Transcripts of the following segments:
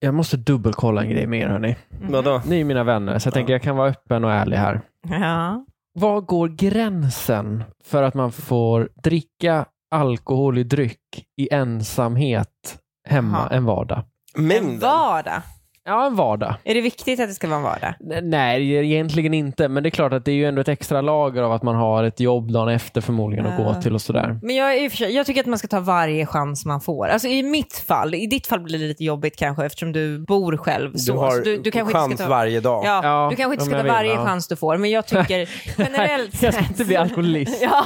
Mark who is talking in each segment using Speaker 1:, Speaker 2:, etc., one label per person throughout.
Speaker 1: Jag måste dubbelkolla en grej mer hörni.
Speaker 2: Vadå?
Speaker 1: Ni är mina vänner, så jag tänker jag kan vara öppen och ärlig här.
Speaker 3: Ja.
Speaker 1: Var går gränsen för att man får dricka alkohol i dryck i ensamhet hemma
Speaker 3: Jaha.
Speaker 1: en vardag?
Speaker 3: En
Speaker 2: Mängden?
Speaker 3: vardag.
Speaker 1: Ja, en vardag.
Speaker 3: Är det viktigt att det ska vara en vardag?
Speaker 1: N- Nej, egentligen inte, men det är klart att det är ju ändå ett extra lager av att man har ett jobb dagen efter förmodligen att
Speaker 3: Ja.
Speaker 1: gå till och sådär.
Speaker 3: Men jag, är i och för sig, jag tycker att man ska ta varje chans man får. Alltså i mitt fall, i ditt fall blir det lite jobbigt kanske eftersom du bor själv.
Speaker 2: Du
Speaker 3: så.
Speaker 2: har
Speaker 3: så du, du kanske
Speaker 2: chans
Speaker 3: inte ska ta,
Speaker 2: varje dag.
Speaker 3: ja,
Speaker 1: Ja,
Speaker 3: Du kanske inte ska
Speaker 1: men
Speaker 3: ta
Speaker 1: jag vet,
Speaker 3: varje
Speaker 1: ja.
Speaker 3: chans du får, men jag tycker generellt
Speaker 1: Jag ska inte bli
Speaker 3: sett-
Speaker 1: alkoholist.
Speaker 3: ja,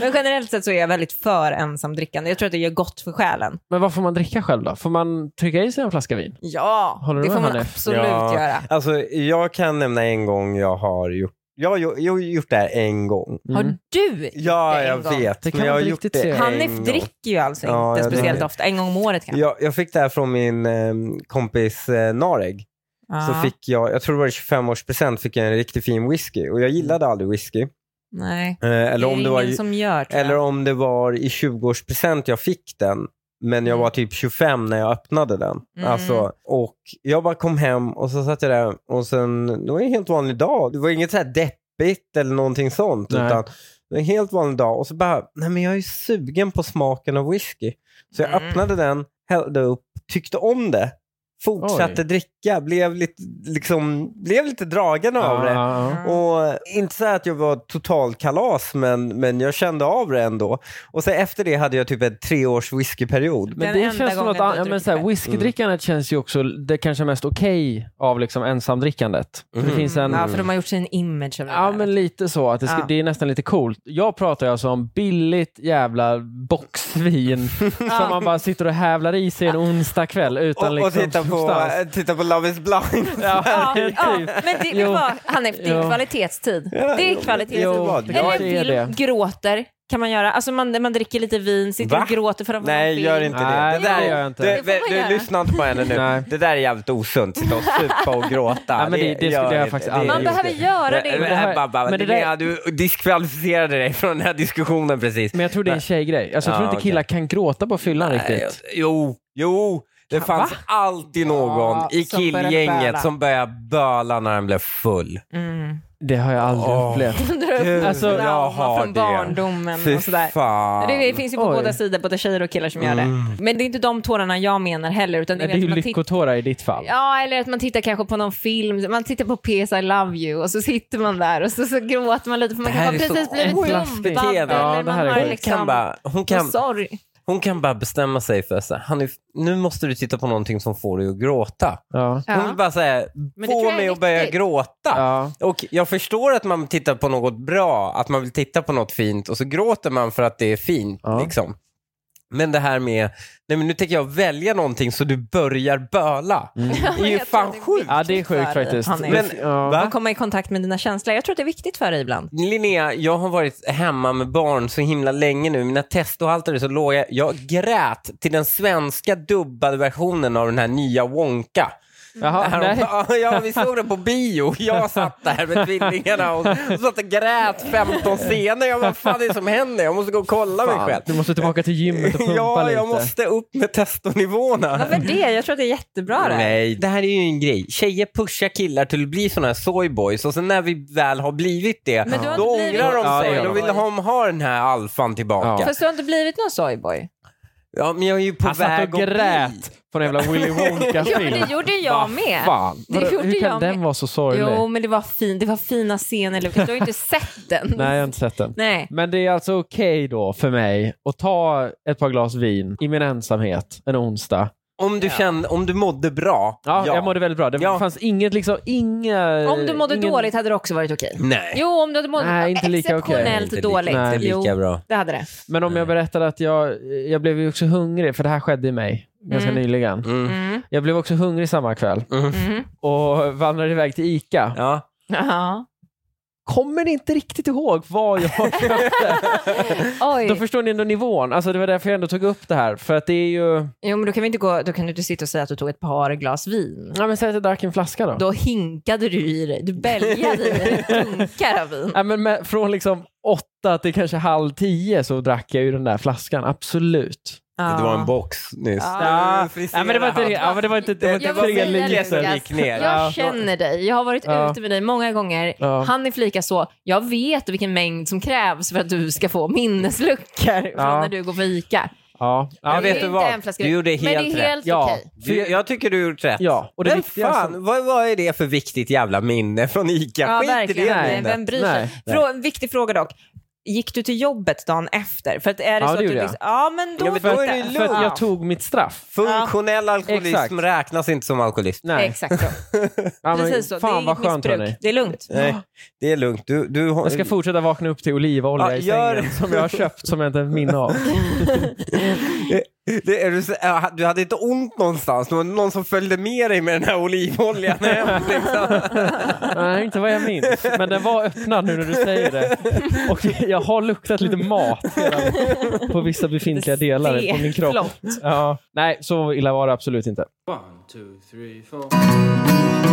Speaker 3: men generellt sett så är jag väldigt för ensamdrickande. Jag tror att det gör gott för själen.
Speaker 1: Men vad får man dricka själv då? Får man trycka i sig en flaska vin?
Speaker 3: Ja,
Speaker 1: Håller du
Speaker 3: det
Speaker 1: med,
Speaker 3: får man
Speaker 1: Hanif?
Speaker 3: absolut
Speaker 2: Ja.
Speaker 3: göra.
Speaker 2: Alltså, jag kan nämna en gång jag har gjort jag har ju- jag har gjort det här en gång.
Speaker 3: Har
Speaker 1: Mm.
Speaker 3: du gjort
Speaker 2: Ja,
Speaker 3: det en
Speaker 2: jag
Speaker 3: gång?
Speaker 2: vet.
Speaker 1: Det kan
Speaker 2: men jag
Speaker 1: man
Speaker 2: har
Speaker 1: inte
Speaker 2: gjort
Speaker 1: riktigt
Speaker 2: det
Speaker 1: se.
Speaker 3: Hanif
Speaker 2: en gång.
Speaker 3: dricker ju alltså
Speaker 2: Ja,
Speaker 3: inte
Speaker 2: jag
Speaker 3: speciellt
Speaker 2: dricker.
Speaker 3: ofta, en gång om året kanske.
Speaker 2: Jag, jag fick det här från min ehm, kompis eh, Nareg. Så
Speaker 3: Ja,
Speaker 2: fick jag, jag tror det var i 25-årspresent, fick jag en riktigt fin whisky. Och jag gillade aldrig whisky. Eh,
Speaker 3: Nej,
Speaker 2: eller,
Speaker 3: det är
Speaker 2: om det
Speaker 3: ingen
Speaker 2: var, i-
Speaker 3: som gör tror jag.
Speaker 2: eller om det var i 20-årspresent jag fick den. Men jag var typ 25 när jag öppnade den.
Speaker 3: Mm.
Speaker 2: Alltså, och jag bara kom hem och så satt jag där och sen, det var en helt vanlig dag. Det var inget så här deppigt eller någonting sånt.
Speaker 1: Nej.
Speaker 2: Utan det var en helt vanlig dag och så bara, nej men jag är ju sugen på smaken av whisky. Så jag
Speaker 3: Mm.
Speaker 2: öppnade den, hällde upp, tyckte om det. Fortsatte
Speaker 1: Oj.
Speaker 2: dricka, blev lite, liksom, blev lite dragen
Speaker 1: Ah,
Speaker 2: av det.
Speaker 1: Ja,
Speaker 3: Mm.
Speaker 2: Och inte så här att jag var total kalas men, men jag kände av det ändå. Och sen efter det hade jag typ en treårs whiskyperiod.
Speaker 1: Men
Speaker 3: Den
Speaker 1: det
Speaker 3: enda
Speaker 1: känns som
Speaker 3: gången
Speaker 1: något
Speaker 3: du har
Speaker 1: annat. Ja, men
Speaker 3: druckit
Speaker 1: så här,
Speaker 3: det.
Speaker 1: whiskydrickandet
Speaker 2: Mm.
Speaker 1: känns ju också det kanske mest okej av liksom ensamdrickandet. För Det
Speaker 2: Mm.
Speaker 1: finns en...
Speaker 3: Ja, för de har gjort sin image av det
Speaker 1: Ja,
Speaker 3: där.
Speaker 1: men lite så. Att det, ska,
Speaker 3: Ja.
Speaker 1: det är nästan lite coolt. Jag pratar ju alltså om billigt jävla boxvin som man bara sitter och hävlar i sig en onsdag kväll utan
Speaker 2: och,
Speaker 1: liksom
Speaker 2: och titta, på,
Speaker 1: substans.
Speaker 2: titta på Love is blind.
Speaker 1: Ja,
Speaker 3: Ja, ja,
Speaker 1: typ.
Speaker 3: men det, det
Speaker 1: Jo.
Speaker 3: var, Hanif, det är
Speaker 1: Jo.
Speaker 3: kvalitetstid.
Speaker 2: Ja,
Speaker 3: Det
Speaker 2: jo,
Speaker 3: är
Speaker 2: men-
Speaker 3: kvalitetstid.
Speaker 2: jo, vad-
Speaker 1: det
Speaker 3: Eller
Speaker 1: kanske är
Speaker 3: film, gråter kan man göra. Alltså man, man dricker lite vin, sitter
Speaker 2: Va?
Speaker 3: och gråter för att man har
Speaker 2: Nej,
Speaker 3: film.
Speaker 2: gör inte
Speaker 1: Nej,
Speaker 2: det. Det där
Speaker 1: det gör jag inte.
Speaker 2: Du,
Speaker 3: Det får man
Speaker 2: du,
Speaker 3: göra.
Speaker 2: lyssna inte på henne nu.
Speaker 1: Nej.
Speaker 2: Det där är jävligt osunt. Sitta och supa och gråta.
Speaker 1: Ja, men det- det skulle
Speaker 2: gör
Speaker 1: jag
Speaker 2: inte.
Speaker 1: faktiskt
Speaker 2: Det är
Speaker 1: aldrig
Speaker 3: Man
Speaker 1: gjort.
Speaker 2: osunt.
Speaker 3: behöver göra det.
Speaker 2: Men,
Speaker 1: det här-
Speaker 2: Babba,
Speaker 1: men det
Speaker 2: Linnea, du diskvalificerade dig från den här diskussionen precis.
Speaker 1: Men jag tror det är en tjejgrej. Alltså, jag tror
Speaker 2: Ja,
Speaker 1: inte killar kan gråta på fyllan
Speaker 2: Nej,
Speaker 1: riktigt.
Speaker 2: jag- Jo, jo. Det fanns alltid någon
Speaker 3: Ja,
Speaker 2: i
Speaker 3: som började böla.
Speaker 2: killgänget som började böla när han blev full.
Speaker 3: Mm.
Speaker 1: Det har jag aldrig
Speaker 2: Åh.
Speaker 1: upplevt.
Speaker 2: Gud,
Speaker 1: Alltså,
Speaker 3: Trauma
Speaker 2: jag har
Speaker 3: från
Speaker 2: det.
Speaker 3: barndomen
Speaker 2: Fy
Speaker 3: och sådär.
Speaker 2: fan. Mm.
Speaker 3: Det finns ju på
Speaker 1: Oj.
Speaker 3: båda sidor, både tjejer och killar som gör det. Men det är inte de tårarna jag menar heller. Utan det,
Speaker 1: Nej,
Speaker 3: är
Speaker 1: det är ju
Speaker 3: att man tittar-
Speaker 1: lyckotårar i ditt fall.
Speaker 3: Ja, eller att man tittar kanske på någon film, man tittar på PS I Love You och så sitter man där och så, så gråter man lite för man
Speaker 2: Det här
Speaker 3: kanske
Speaker 2: är så
Speaker 3: precis blivit
Speaker 1: oklassiskt.
Speaker 3: dumpad
Speaker 2: Ja,
Speaker 3: eller
Speaker 1: det
Speaker 3: man
Speaker 1: här är
Speaker 3: har
Speaker 1: sjukt.
Speaker 2: hon,
Speaker 3: liksom
Speaker 2: kan bara, hon,
Speaker 3: någon
Speaker 2: kan,
Speaker 3: sorg.
Speaker 2: hon kan bara bestämma sig för så här, Hanif, nu måste du titta på någonting som får dig att gråta.
Speaker 1: Ja.
Speaker 2: Hon vill bara säga,
Speaker 3: det tror
Speaker 2: få
Speaker 3: jag är
Speaker 2: mig att börja
Speaker 3: viktigt.
Speaker 2: gråta.
Speaker 1: Ja.
Speaker 2: Och jag förstår att man tittar på något bra, att man vill titta på något fint och så gråter man för att det är fint.
Speaker 1: Ja.
Speaker 2: Liksom. Men det här med, nej men nu tänker jag välja någonting så du börjar böla.
Speaker 1: Mm.
Speaker 2: Det är ju
Speaker 3: Jag tror
Speaker 2: fan
Speaker 3: att det är
Speaker 2: sjukt.
Speaker 1: ja, det är
Speaker 3: Viktigt
Speaker 1: sjukt
Speaker 3: för dig,
Speaker 1: faktiskt.
Speaker 3: Hanif.
Speaker 2: Men-
Speaker 1: ja.
Speaker 2: Va?
Speaker 3: Att komma i kontakt med dina känslor. Jag tror att det är viktigt för dig ibland.
Speaker 2: Linnea, jag har varit hemma med barn så himla länge nu. Mina test och allt är så låga. Jag grät till den svenska dubbade versionen av den här nya Wonka.
Speaker 1: Jaha,
Speaker 2: Härom-
Speaker 1: nej.
Speaker 2: Ja, vi såg den på bio. Jag satt där med tvillingarna och och satt och grät 15 scener. Jag bara, vad fan är det som händer? Jag måste gå och kolla mig
Speaker 1: Fan,
Speaker 2: själv.
Speaker 1: du måste tillbaka till gymmet och pumpa
Speaker 2: Ja,
Speaker 1: lite.
Speaker 2: jag måste upp med testonivåerna.
Speaker 3: Varför det? Jag tror att det är jättebra det.
Speaker 2: Nej, det här är ju en grej. Tjejer pushar killar till att bli sådana här soyboys och sen när vi väl har blivit det,
Speaker 3: Men du har
Speaker 2: då
Speaker 3: inte blivit
Speaker 2: ångrar
Speaker 1: någon
Speaker 2: de sig.
Speaker 1: soyboy.
Speaker 2: då vill de ha den här alfan tillbaka. Ja,
Speaker 3: Fast du har inte blivit någon soyboy.
Speaker 2: men jag är ju på
Speaker 1: Han satt
Speaker 2: väg
Speaker 1: och
Speaker 2: att bli.
Speaker 1: grät på en jävla Willy
Speaker 3: Jo, men
Speaker 1: Wonka-film.
Speaker 3: det gjorde jag med.
Speaker 1: Fan,
Speaker 3: Det
Speaker 1: vadå,
Speaker 3: gjorde
Speaker 1: hur kan
Speaker 3: jag
Speaker 1: den
Speaker 3: med.
Speaker 1: vara så sorglig?
Speaker 3: Jo, men det var, fin, det var fina scener Lukas. Du har ju inte sett den.
Speaker 1: Nej, jag har inte sett den.
Speaker 3: Nej.
Speaker 1: Men det är alltså okej då för mig att ta ett par glas vin i min ensamhet en onsdag.
Speaker 2: Om du, kände, om du mådde bra,
Speaker 1: Ja, Jag mådde väldigt bra. Det
Speaker 2: Ja.
Speaker 1: fanns inget, liksom, inga...
Speaker 3: Om du mådde
Speaker 1: ingen...
Speaker 3: dåligt hade det också varit okej.
Speaker 2: Nej.
Speaker 3: Jo, om du hade mått
Speaker 1: Nej, inte lika okej.
Speaker 3: exceptionellt
Speaker 2: Inte lika-
Speaker 3: dåligt.
Speaker 1: inte
Speaker 3: jo,
Speaker 2: bra.
Speaker 3: det hade det.
Speaker 1: Men om jag berättade att jag, jag blev ju också hungrig, för det här skedde i mig ganska nyligen.
Speaker 2: Mm.
Speaker 3: Mm.
Speaker 1: Jag blev också hungrig samma kväll
Speaker 4: mm.
Speaker 1: och vandrade iväg till ICA.
Speaker 2: Ja.
Speaker 3: Ja.
Speaker 1: Kommer inte riktigt ihåg vad jag
Speaker 3: Oj.
Speaker 1: Då förstår ni ändå nivån. Alltså det var därför jag ändå tog upp det här. För att det är ju...
Speaker 3: Jo, men då kan, vi inte gå, då kan du inte sitta och säga att du tog ett par glas vin.
Speaker 1: Ja, men säg att jag drack en flaska då.
Speaker 3: Då hinkade du i dig, du bälgade i dig dunkar av vin.
Speaker 1: Ja, men med, från liksom åtta till kanske halv tio så drack jag ju den där flaskan, absolut.
Speaker 2: Det var en box nyss.
Speaker 1: Ja,
Speaker 2: Mm, friserad
Speaker 1: ja, men det var inte,
Speaker 2: hand.
Speaker 1: ja, men det var inte, det var inte
Speaker 2: Jag var
Speaker 1: tre
Speaker 2: säga
Speaker 1: linjer.
Speaker 2: det, Lukas. gick ner.
Speaker 1: Ja.
Speaker 4: jag känner dig. Jag har varit
Speaker 1: Ja.
Speaker 4: ute med dig många gånger.
Speaker 1: Ja.
Speaker 4: Han är flika så. Jag vet vilken mängd som krävs för att du ska få minnesluckor
Speaker 1: Ja.
Speaker 4: från när du går på Ica.
Speaker 1: Ja. Ja,
Speaker 2: Men
Speaker 4: Det är
Speaker 2: vet du
Speaker 4: inte
Speaker 2: vad?
Speaker 4: en flaska
Speaker 2: Du
Speaker 4: vin.
Speaker 2: gjorde
Speaker 4: Men
Speaker 2: helt
Speaker 4: det är helt
Speaker 1: Ja.
Speaker 4: okej.
Speaker 2: Du, jag tycker du har gjort rätt.
Speaker 1: Ja, och det alltså-
Speaker 2: Men
Speaker 1: viktigaste-
Speaker 2: fan, vad, vad är det för viktigt jävla minne från ICA?
Speaker 3: Ja,
Speaker 2: Skit i det
Speaker 3: verkligen. Nej,
Speaker 2: minnet.
Speaker 3: vem bryr
Speaker 1: Nej,
Speaker 3: sig? Frå- en viktig fråga dock. Gick du till jobbet dagen efter? För att är
Speaker 1: Ja,
Speaker 3: det så
Speaker 1: det
Speaker 3: att du
Speaker 1: gjorde jag.
Speaker 3: lyckas- Ja, men då,
Speaker 2: Ja, men då är det ju
Speaker 1: för att
Speaker 3: Ja.
Speaker 1: jag tog mitt straff.
Speaker 2: Funktionell alkoholism
Speaker 1: Exakt.
Speaker 2: räknas inte som alkoholism.
Speaker 1: Nej.
Speaker 3: Exakt så.
Speaker 1: Ja, men
Speaker 3: Precis så. det är
Speaker 1: Fan
Speaker 3: inget
Speaker 1: vad skönt
Speaker 3: missbruk.
Speaker 1: hörni.
Speaker 3: Det är lugnt.
Speaker 2: Nej, det är lugnt. Du, du, har-
Speaker 1: Jag ska fortsätta vakna upp till olivolja
Speaker 2: Ja,
Speaker 1: i
Speaker 2: gör
Speaker 1: sängen
Speaker 2: det.
Speaker 1: som jag har köpt som jag inte har minne av.
Speaker 2: det, är du, så- äh, du hade inte ont någonstans. Det var någon som följde med dig med den här olivoljan hem. Liksom.
Speaker 1: Nej, inte vad jag minns. Men den var öppnad nu när du säger det. Och jag har luktat lite mat redan på vissa befintliga delar på min kropp. Ja. Nej, så illa var det absolut inte.
Speaker 5: One, two, three, four.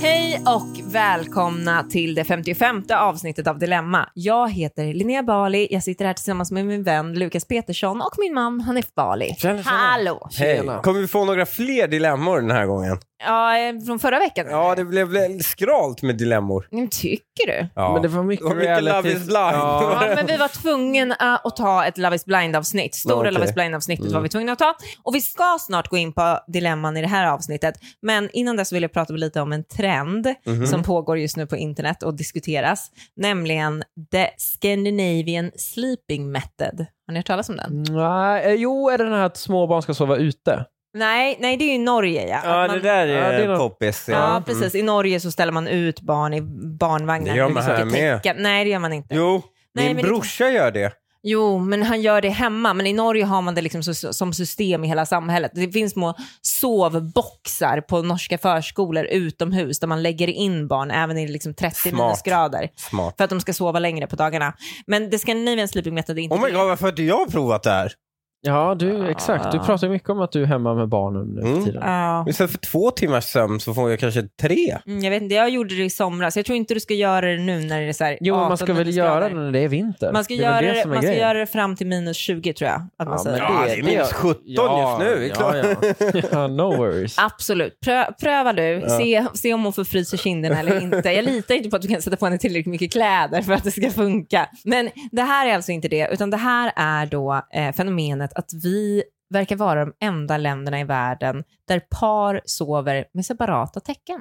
Speaker 3: Hej och välkomna till det 55 avsnittet av Dilemma. Jag heter Linnea Bali. Jag sitter här tillsammans med min vän Lukas Petersson och min man Hanif Bali.
Speaker 2: Tjena, tjena.
Speaker 3: Hallå!
Speaker 2: Hej. Kommer vi få några fler dilemmor den här gången?
Speaker 3: Ja, eh, från förra veckan?
Speaker 2: Ja, det blev väl skralt med dilemmor.
Speaker 3: Men Tycker du?
Speaker 2: Ja.
Speaker 1: Men det var mycket,
Speaker 2: Det var mycket Love is blind.
Speaker 1: Ja.
Speaker 3: Ja, men vi var tvungna eh, att ta ett Love is blind-avsnitt. Stora
Speaker 2: Okej.
Speaker 3: Love is blind-avsnittet var vi tvungna att ta. Och vi ska snart gå in på dilemman i det här avsnittet. Men innan dess vill jag prata lite om en trend som pågår just nu på internet och diskuteras. Nämligen the Scandinavian sleeping method. Har ni hört talas om den?
Speaker 1: Nej, eh, jo, är det den här att små barn ska sova ute?
Speaker 3: Nej, nej, det är ju i Norge. Ja,
Speaker 2: Ja,
Speaker 3: Att
Speaker 2: det
Speaker 3: man-
Speaker 2: där
Speaker 1: Ja,
Speaker 2: är,
Speaker 1: det är något-
Speaker 2: poppis.
Speaker 3: Ja, precis. I Norge så ställer man ut barn i barnvagnar.
Speaker 2: Det gör man
Speaker 3: Mycket
Speaker 2: här med.
Speaker 3: tecken. Nej, det gör man inte.
Speaker 2: Jo,
Speaker 3: Nej,
Speaker 2: min
Speaker 3: men det-
Speaker 2: brorsa gör det.
Speaker 3: Jo, men han gör det hemma. Men i Norge har man det liksom så, som system i hela samhället. Det finns små sovboxar på norska förskolor utomhus där man lägger in barn även i liksom 30
Speaker 2: Smart.
Speaker 3: minusgrader
Speaker 2: Smart.
Speaker 3: för att de ska sova längre på dagarna. Men det Scandinavian sleeping method är inte
Speaker 2: Oh my
Speaker 3: det.
Speaker 2: god, varför har inte jag provat det här?
Speaker 1: Ja, du, exakt. Du pratar ju mycket om att du är hemma med barnen nu
Speaker 2: Ah. Mm.
Speaker 1: för tiden.
Speaker 3: Ja.
Speaker 2: Istället för två timmars sömn så får jag kanske tre.
Speaker 3: Mm, jag vet inte, jag gjorde det i somras. Jag tror inte du ska göra det nu när det är så här
Speaker 1: Jo, men man ska
Speaker 3: 18
Speaker 1: väl göra
Speaker 3: minusgrader.
Speaker 1: det när det är vinter?
Speaker 3: Man ska,
Speaker 1: det är väl
Speaker 3: göra det,
Speaker 1: som är
Speaker 3: man ska
Speaker 1: grejen.
Speaker 3: göra det alltså, fram till minus 20 tror jag. Att man
Speaker 1: men
Speaker 3: säger.
Speaker 2: Ja, det är minus 17 just nu, det är klart.
Speaker 1: Ja, ja. ja, no worries.
Speaker 3: Absolut. Prö, pröva du. Se, se om hon förfryser kinderna eller inte. Jag litar inte på att du kan sätta på henne tillräckligt mycket kläder för att det ska funka. Men det här är alltså inte det, utan det här är då eh, fenomenet att vi verkar vara de enda länderna i världen där par sover med separata täcken.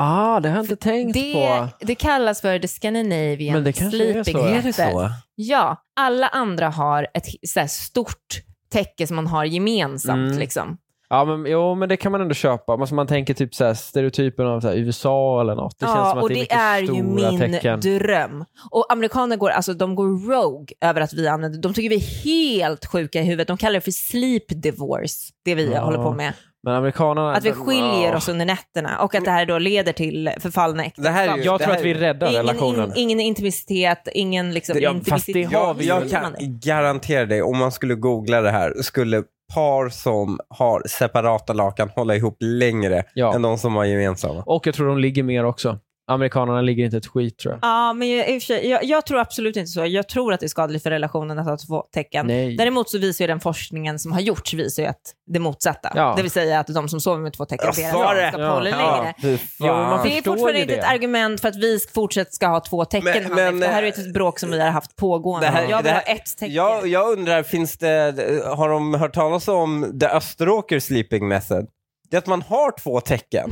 Speaker 1: Ah, det har jag inte tänkt på.
Speaker 4: Det, det kallas för the Scandinavian
Speaker 1: Men det kanske är så,
Speaker 4: sleeping
Speaker 1: ja.
Speaker 4: method. Ja, alla andra har ett hi- så här stort täcke som man har gemensamt.
Speaker 1: Mm.
Speaker 4: Liksom.
Speaker 1: Ja, men, jo, men det kan man ändå köpa. Alltså, man tänker typ så här, stereotypen av så här, USA eller något. Det känns som att
Speaker 3: och
Speaker 1: det är,
Speaker 3: det
Speaker 1: mycket
Speaker 3: är
Speaker 1: stora
Speaker 3: ju min
Speaker 1: tecken.
Speaker 3: dröm. Och amerikaner går, alltså, de går rogue över att vi använder, de tycker vi är helt sjuka i huvudet. De kallar det för sleep divorce, det vi
Speaker 1: Ja.
Speaker 3: håller på med.
Speaker 1: Men amerikanerna...
Speaker 3: Att vi
Speaker 1: men,
Speaker 3: skiljer
Speaker 1: ja.
Speaker 3: oss under nätterna och att det här då leder till förfallna äktenskap.
Speaker 2: Det här är ju-
Speaker 1: Jag
Speaker 2: Det
Speaker 1: tror
Speaker 2: här
Speaker 1: att vi
Speaker 2: är-
Speaker 1: räddar relationen.
Speaker 3: Ingen, ingen intimitet, ingen liksom
Speaker 1: Det- ja,
Speaker 3: intimitet.
Speaker 1: fast det har
Speaker 2: Jag,
Speaker 1: vi
Speaker 2: jag kan garantera dig, om man skulle googla det här, skulle par som har separata lakan hålla ihop längre
Speaker 1: Ja.
Speaker 2: än de som har gemensamma.
Speaker 1: Och jag tror de ligger mer också. Amerikanerna ligger inte ett skit tror jag.
Speaker 3: Ja, men jag, i och för sig- jag, jag tror absolut inte så. Jag tror att det är skadligt för relationen att ha två tecken.
Speaker 1: Nej.
Speaker 3: Däremot så visar ju den forskningen som har gjorts visar ju att det motsatta.
Speaker 1: Ja.
Speaker 3: Det vill säga att de som sover med två tecken,
Speaker 2: Jag
Speaker 3: deras
Speaker 2: sa det.
Speaker 3: äktenskap håller längre.
Speaker 2: fy
Speaker 1: Jo, man
Speaker 2: fan.
Speaker 3: Det är
Speaker 1: förstår
Speaker 3: fortfarande
Speaker 1: ju
Speaker 3: inte
Speaker 1: det.
Speaker 3: ett argument för att vi fortsatt ska ha två tecken.
Speaker 2: Men-
Speaker 3: Men, men,
Speaker 2: men, eh,
Speaker 3: det här är ju ett bråk som vi har haft pågående.
Speaker 2: Det här-
Speaker 3: jag vill
Speaker 2: det här-
Speaker 3: ha ett tecken.
Speaker 2: Jag, jag undrar, finns det, har de hört talas om The Österåker Sleeping Method? Det är att man har två tecken